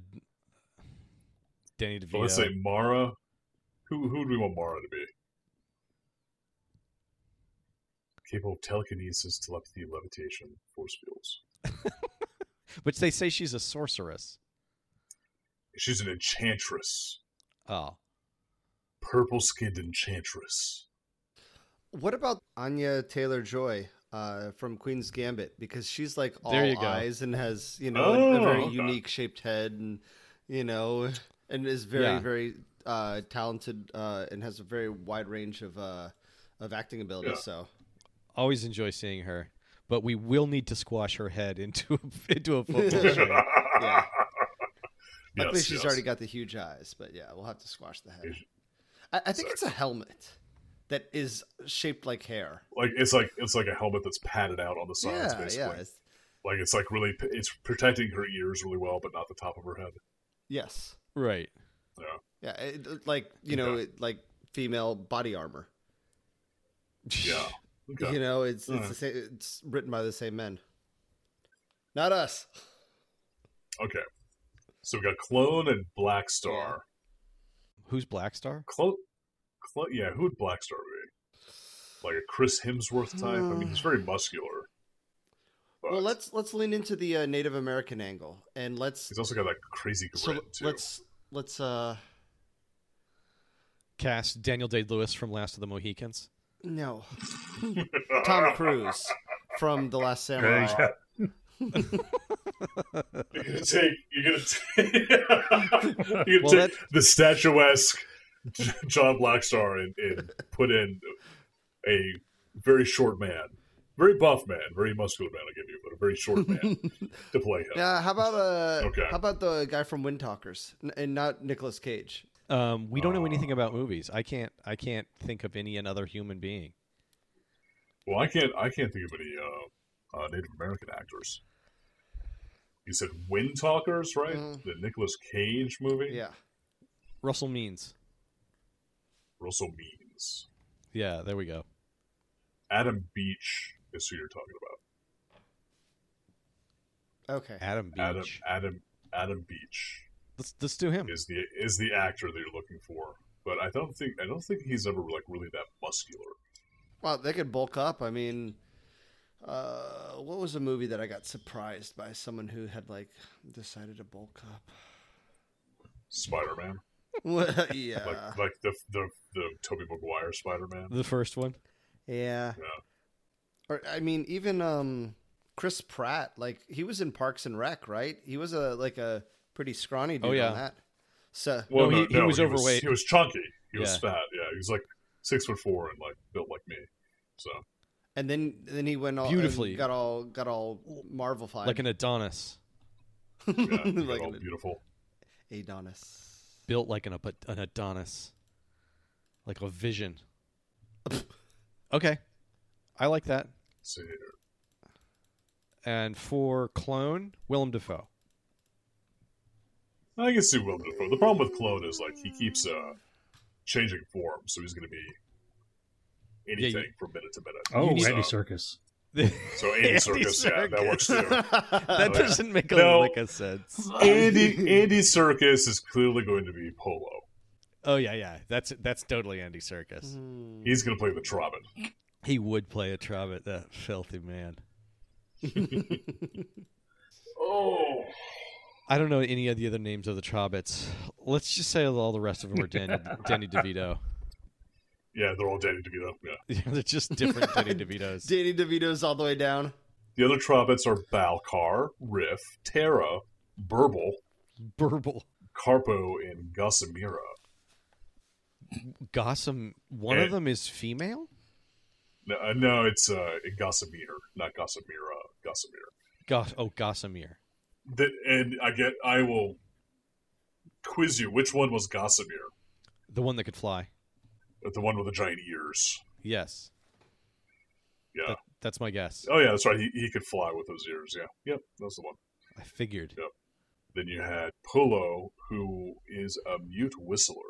Danny
but let's say
DeVito.
Mara. Who who do we want Mara to be? Capable of telekinesis, telepathy, levitation, force fields.
Which they say she's a sorceress.
She's an enchantress,
Oh.
purple-skinned enchantress.
What about Anya Taylor Joy uh, from Queen's Gambit? Because she's like all
There you go.
eyes and has you know a,
Oh,
a very
okay.
unique shaped head and you know and is very
Yeah.
very uh, talented uh, and has a very wide range of uh, of acting ability.
Yeah.
So
Always enjoy seeing her. But we will need to squash her head into into a football shape.
yeah, Luckily,
Yes,
she's
yes.
already got the huge eyes, but yeah, we'll have to squash the head. I, I think it's a helmet that is shaped like hair.
Like it's like it's like a helmet that's padded out on the sides,
yeah, yeah,
basically.
it's-
Like it's like really it's protecting her ears really well, but not the top of her head.
yes,
Right.
Yeah,
yeah. It, like you know,
Yeah.
it, like female body armor.
yeah. Okay.
You know, it's it's,
Alright.
the same, it's written by the same men. Not us.
Okay. So we got Clone and Black Star.
Who's Black Star?
Clone, Clone yeah, who would Black Star be? Like a Chris Hemsworth type? I mean, he's very muscular. But
Uh. Well, let's let's lean into the uh, Native American angle, and let's
he's also got that crazy grin
so
too.
let's let's uh
Cast Daniel Day Lewis from Last of the Mohicans.
no Tom Cruise from The Last Samurai.
You're gonna take. You're gonna take. you're gonna
Well,
take
that-
the statuesque J- John Blackstar and, and put in a very short man, very buff man, very muscular man. I give you, but a very short man to play him.
Yeah, how about uh
Okay.
how about the guy from Wind Talkers N- and not Nicolas Cage?
Um, we don't know
Ah.
anything about movies. I can't. I can't think of any another human being.
Well, I can't. I can't think of any uh, uh, Native American actors. You said Wind Talkers, right?
Mm-hmm.
Mhm.
The Nicolas Cage movie.
Yeah.
Russell Means.
Russell Means.
Yeah, there we go.
Adam Beach is who you're talking about.
Okay.
Adam Beach.
Adam. Adam. Adam Beach.
Let's let's do him.
is the is the actor that you're looking for. But I don't think I don't think he's ever like really that muscular.
Well, they could bulk up. I mean, uh, what was a movie that I got surprised by someone who had like decided to bulk up?
Spider Man,
Well, yeah,
like like the the the Tobey Maguire Spider Man.
The first one.
yeah.
Yeah.
Or I mean, even um, Chris Pratt, like he was in Parks and Rec, right? He was a like a pretty scrawny dude
Oh, yeah.
on that. So
Well,
No, he- he was overweight.
He was chunky. He was
Yeah.
fat. Yeah, he was like six foot four and like built like me. So
and then then he went all and
Beautifully.
got all got all Marvel fied
Like an Adonis.
yeah, he got
Like
all
an-
beautiful.
Adonis.
Built like an, Ap- an Adonis. Like a vision. okay. I like that.
Let's see here.
And for clone, Willem Dafoe.
I can see Willem Dafoe. The problem with Clone is like he keeps uh changing form, so he's gonna be
you-
anything from minute to minute.
Oh,
so,
Andy Circus.
So Andy,
Andy
Circus, yeah, that works too. Oh,
That doesn't make a
No.
lick of sense.
Andy Andy Circus is clearly going to be Polo.
Oh yeah, yeah. That's that's totally Andy Circus.
Hmm.
He's going to play the Trobin.
He would play a Trobbit, that filthy man.
Oh,
I don't know any of the other names of the Trobbits. Let's just say all the rest of them are Danny, Danny DeVito.
yeah, they're all Danny DeVito. Yeah,
They're just different Danny DeVitos.
Danny DeVito's all the way down.
the other Trobits are Balcar, Riff, Terra, Burble,
Burble.
Carpo, and Gossamira.
Gossam. One
Eh.
of them is female.
No, uh, no it's uh, Gossamir, not uh, Gossamira. Gossamir.
Goss. Oh, Gossamir.
That, and I get. I will quiz you. Which one was Gossamir?
The one that could fly.
The one with the giant ears.
Yes.
Yeah.
That, that's my guess.
Oh yeah, that's right. He, he could fly with those ears. Yeah. Yep. That's the one.
I figured.
Then you had Polo, who is a mute whistler.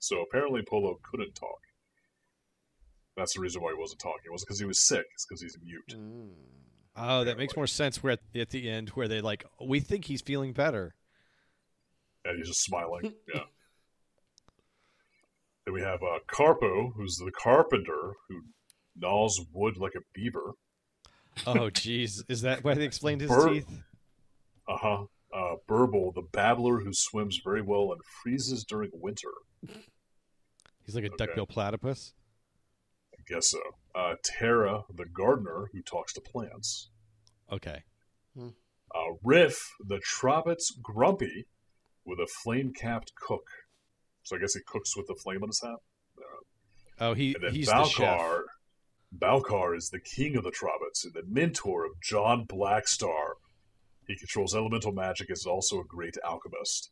So apparently Polo couldn't talk. That's the reason why he wasn't talking. It wasn't because he was sick. It's because he's mute.
Oh, that makes more sense. We're at, at the end where they like we think he's feeling better.
And he's just smiling. Yeah. Then we have uh, Carpo, who's the carpenter, who gnaws wood like a beaver.
Oh, jeez. Is that why they explained his
Bur-
teeth?
Uh-huh. Uh, Burble, the babbler who swims very well and freezes during winter.
He's like a duckbill platypus.
I guess so. Uh, Terra, the gardener who talks to plants.
Okay.
uh, Riff, the Trobbit's Grumpy, with a flame capped cook. So I guess he cooks with the flame on his hat.
Oh, he
And then
he's the chef.
Balcar. Balcar is the king of the Trobbits and the mentor of John Blackstar. He controls elemental magic and is also a great alchemist.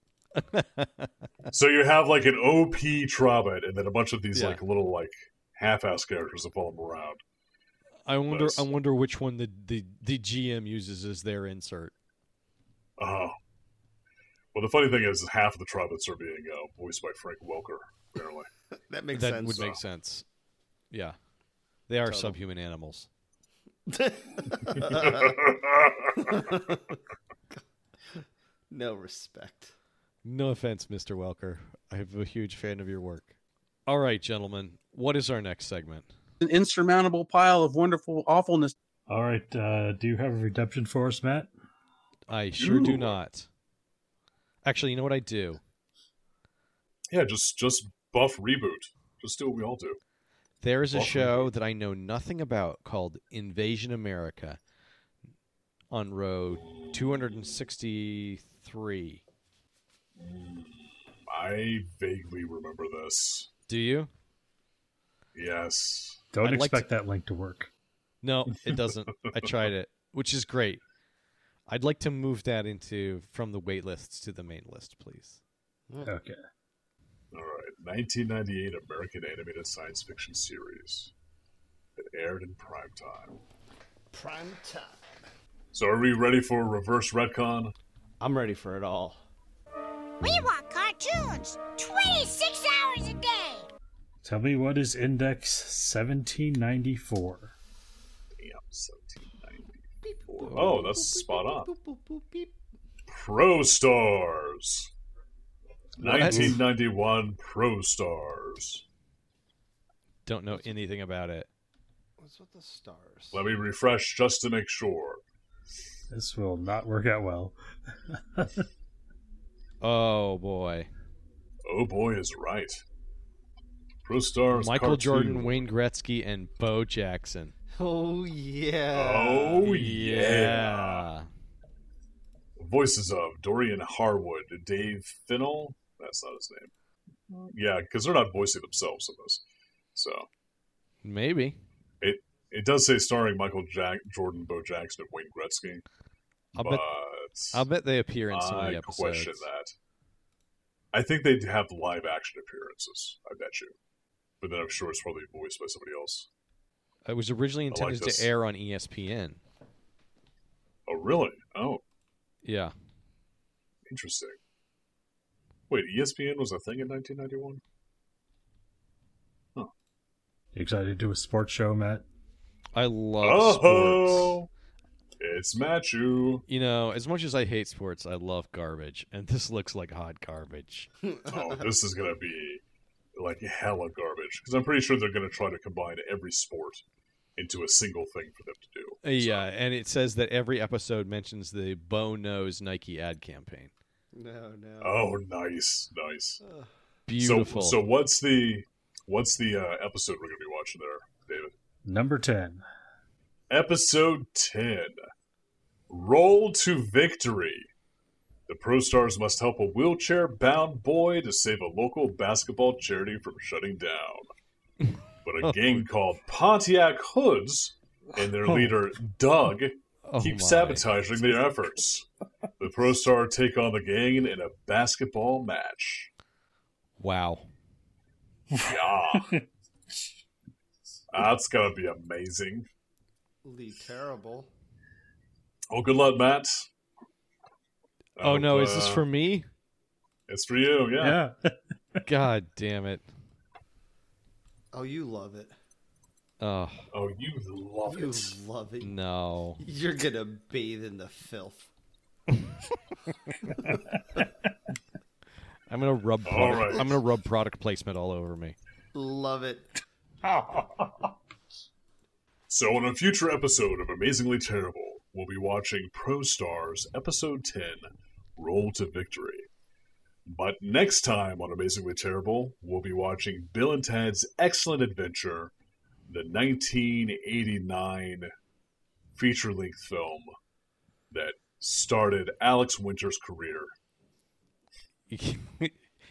So you have like an OP Trobit, and then a bunch of these
Yeah.
like little like half-ass characters that follow him around.
I wonder.
Nice.
I wonder which one the, the the GM uses as their insert.
Oh. Well, the funny thing is, half of the Trobits are being uh, voiced by Frank Welker, apparently.
That makes
that
sense.
would make sense. Yeah, they are
Total.
subhuman animals.
no respect.
No offense, Mr. Welker. I'm a huge fan of your work. All right, gentlemen. What is our next segment?
An insurmountable pile of wonderful awfulness.
All right, uh, do you have a redemption for us, Matt?
I sure do
Ooh.
not. Actually, you know what I do.
yeah, just just buff reboot. Just do what we all do.
There is a
Welcome.
show that I know nothing about called Invasion America on road 263.
I vaguely remember this.
Do you?
Yes.
Don't
I'd like
expect that link to work.
No, it doesn't. I tried it, which is great. I'd like to move that into from the wait lists to the main list, please.
Okay.
All right. 1998 American animated science fiction series that aired in prime time.
Prime time.
So are we ready for reverse retcon?
I'm ready for it all.
We want cartoons 26 hours a day.
Tell me what is Index 1794?
Damn, 1794. Oh, that's spot on. Pro Stars. 1991 Pro Stars.
Don't know anything about it.
What's with the stars?
Let me refresh just to make sure.
This will not work out well.
Oh boy.
Oh boy is right. Pro Stars.
Michael
cartoon.
Jordan, Wayne Gretzky, and Bo Jackson.
Oh yeah.
Oh yeah. Voices of Dorian Harwood, Dave Finnell. That's not his name. Yeah, because they're not voicing themselves in this. So
Maybe.
it does say starring Michael Jack, Jordan, Bo Jackson, and Wayne Gretzky.
I'll
but
bet I'll bet they appear in some of the
I
episodes.
question that. I think they have live action appearances. I bet you. But then I'm sure it's probably voiced by somebody else.
It was originally
like
intended
this.
to air on E ESPN.
Oh, really? Oh,
Yeah.
Interesting. Wait, E ESPN was a thing in 1991?
You excited to do a sports show, Matt?
I love sports.
Oh, it's Machu.
You know, as much as I hate sports, I love garbage, and this looks like hot garbage.
Oh, this is gonna be like hella garbage because I'm pretty sure they're gonna try to combine every sport into a single thing for them to do.
Uh, Yeah, and it says that every episode mentions the Bo Knows Nike ad campaign.
No, no.
Oh, nice, nice.
Beautiful.
So, so what's the what's the uh, episode we're gonna be watching there, David?
Number 10.
Episode 10 Roll to Victory. The Pro Stars must help a wheelchair bound boy to save a local basketball charity from shutting down. But
Oh
a gang called Pontiac Hoods and their leader, Doug,
Oh
keep
my.
sabotaging their efforts. The Pro Star take on the gang in a basketball match.
Wow.
Yeah. That's going to be amazing.
Lee terrible.
Oh, good luck, Matt. I
Oh
hope,
no, is this
uh,
for me?
It's for you, yeah.
Yeah.
God damn it.
Oh, you love it.
Oh
Oh, you love
You
it.
love it.
no.
You're gonna bathe in the filth.
I'm gonna rub
All
product,
right.
I'm gonna rub product placement all over me.
Love it.
So, on a future episode of Amazingly Terrible, we'll be watching Pro Stars Episode 10 Roll to Victory. But next time on Amazingly Terrible, we'll be watching Bill and Ted's Excellent Adventure, the 1989 feature length film that started Alex Winter's career.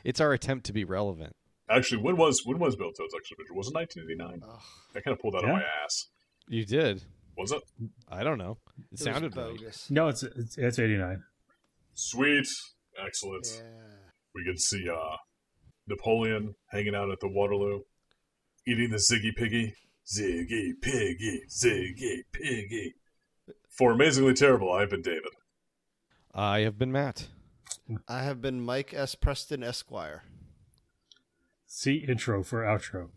it's our attempt to be relevant.
Actually, when was when was Bill and Ted's Excellent Adventure? Was it 1989?
Ugh,
I kind of pulled that out
Yeah.
of my ass.
You did.
Was it?
I don't know. It,
it
sounded
was
right.
bogus.
No, it's, it's, it's 89.
Sweet. Excellent.
Yeah.
We get to see uh, Napoleon hanging out at the Waterloo, eating the Ziggy Piggy. Ziggy Piggy, Ziggy Piggy. For amazingly terrible, I've been David.
I have been Matt.
I have been Mike S. Preston Esquire.
See intro for outro.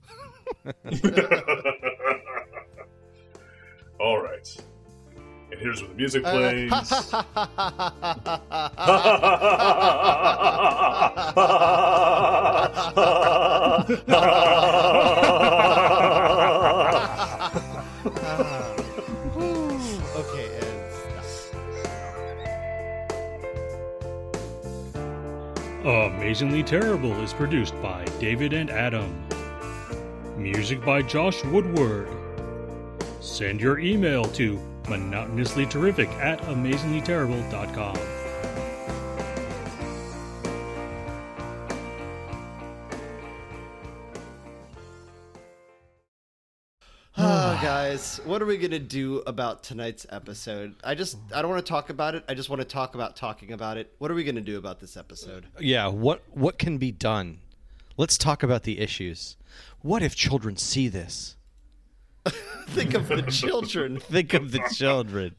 All right. And here's where the music
Uh,
plays.
okay, and
Amazingly Terrible is produced by David and Adam. Music by Josh Woodward. Send your email to monotonouslyterrific at amazinglyterrible.com.
Ah, guys, what are we gonna do about tonight's episode? I just I don't want to talk about it. I just want to talk about talking about it. What are we gonna do about this episode?
Yeah, what what can be done? Let's talk about the issues. What if children see this?
Think of the children.
Think of the children.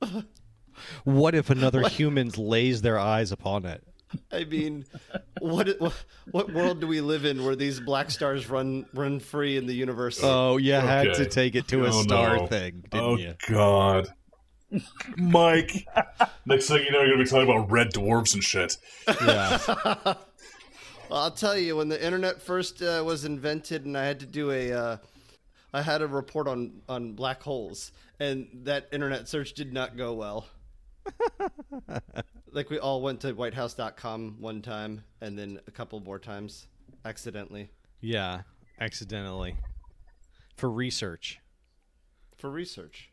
what if another human lays their eyes upon it?
I mean, what what world do we live in where these black stars run run free in the universe?
Oh, you had
Okay.
to take it to a
Oh,
star
no.
thing, didn't
Oh
you?
God, Mike! Next thing you know, you're gonna be talking about red dwarfs and shit.
Yeah.
Well, I'll tell you, when the internet first uh, was invented, and I had to do a, uh, I had a report on on black holes, and that internet search did not go well. like we all went to WhiteHouse.com one time, and then a couple more times, accidentally
Yeah, accidentally. For research.
for research.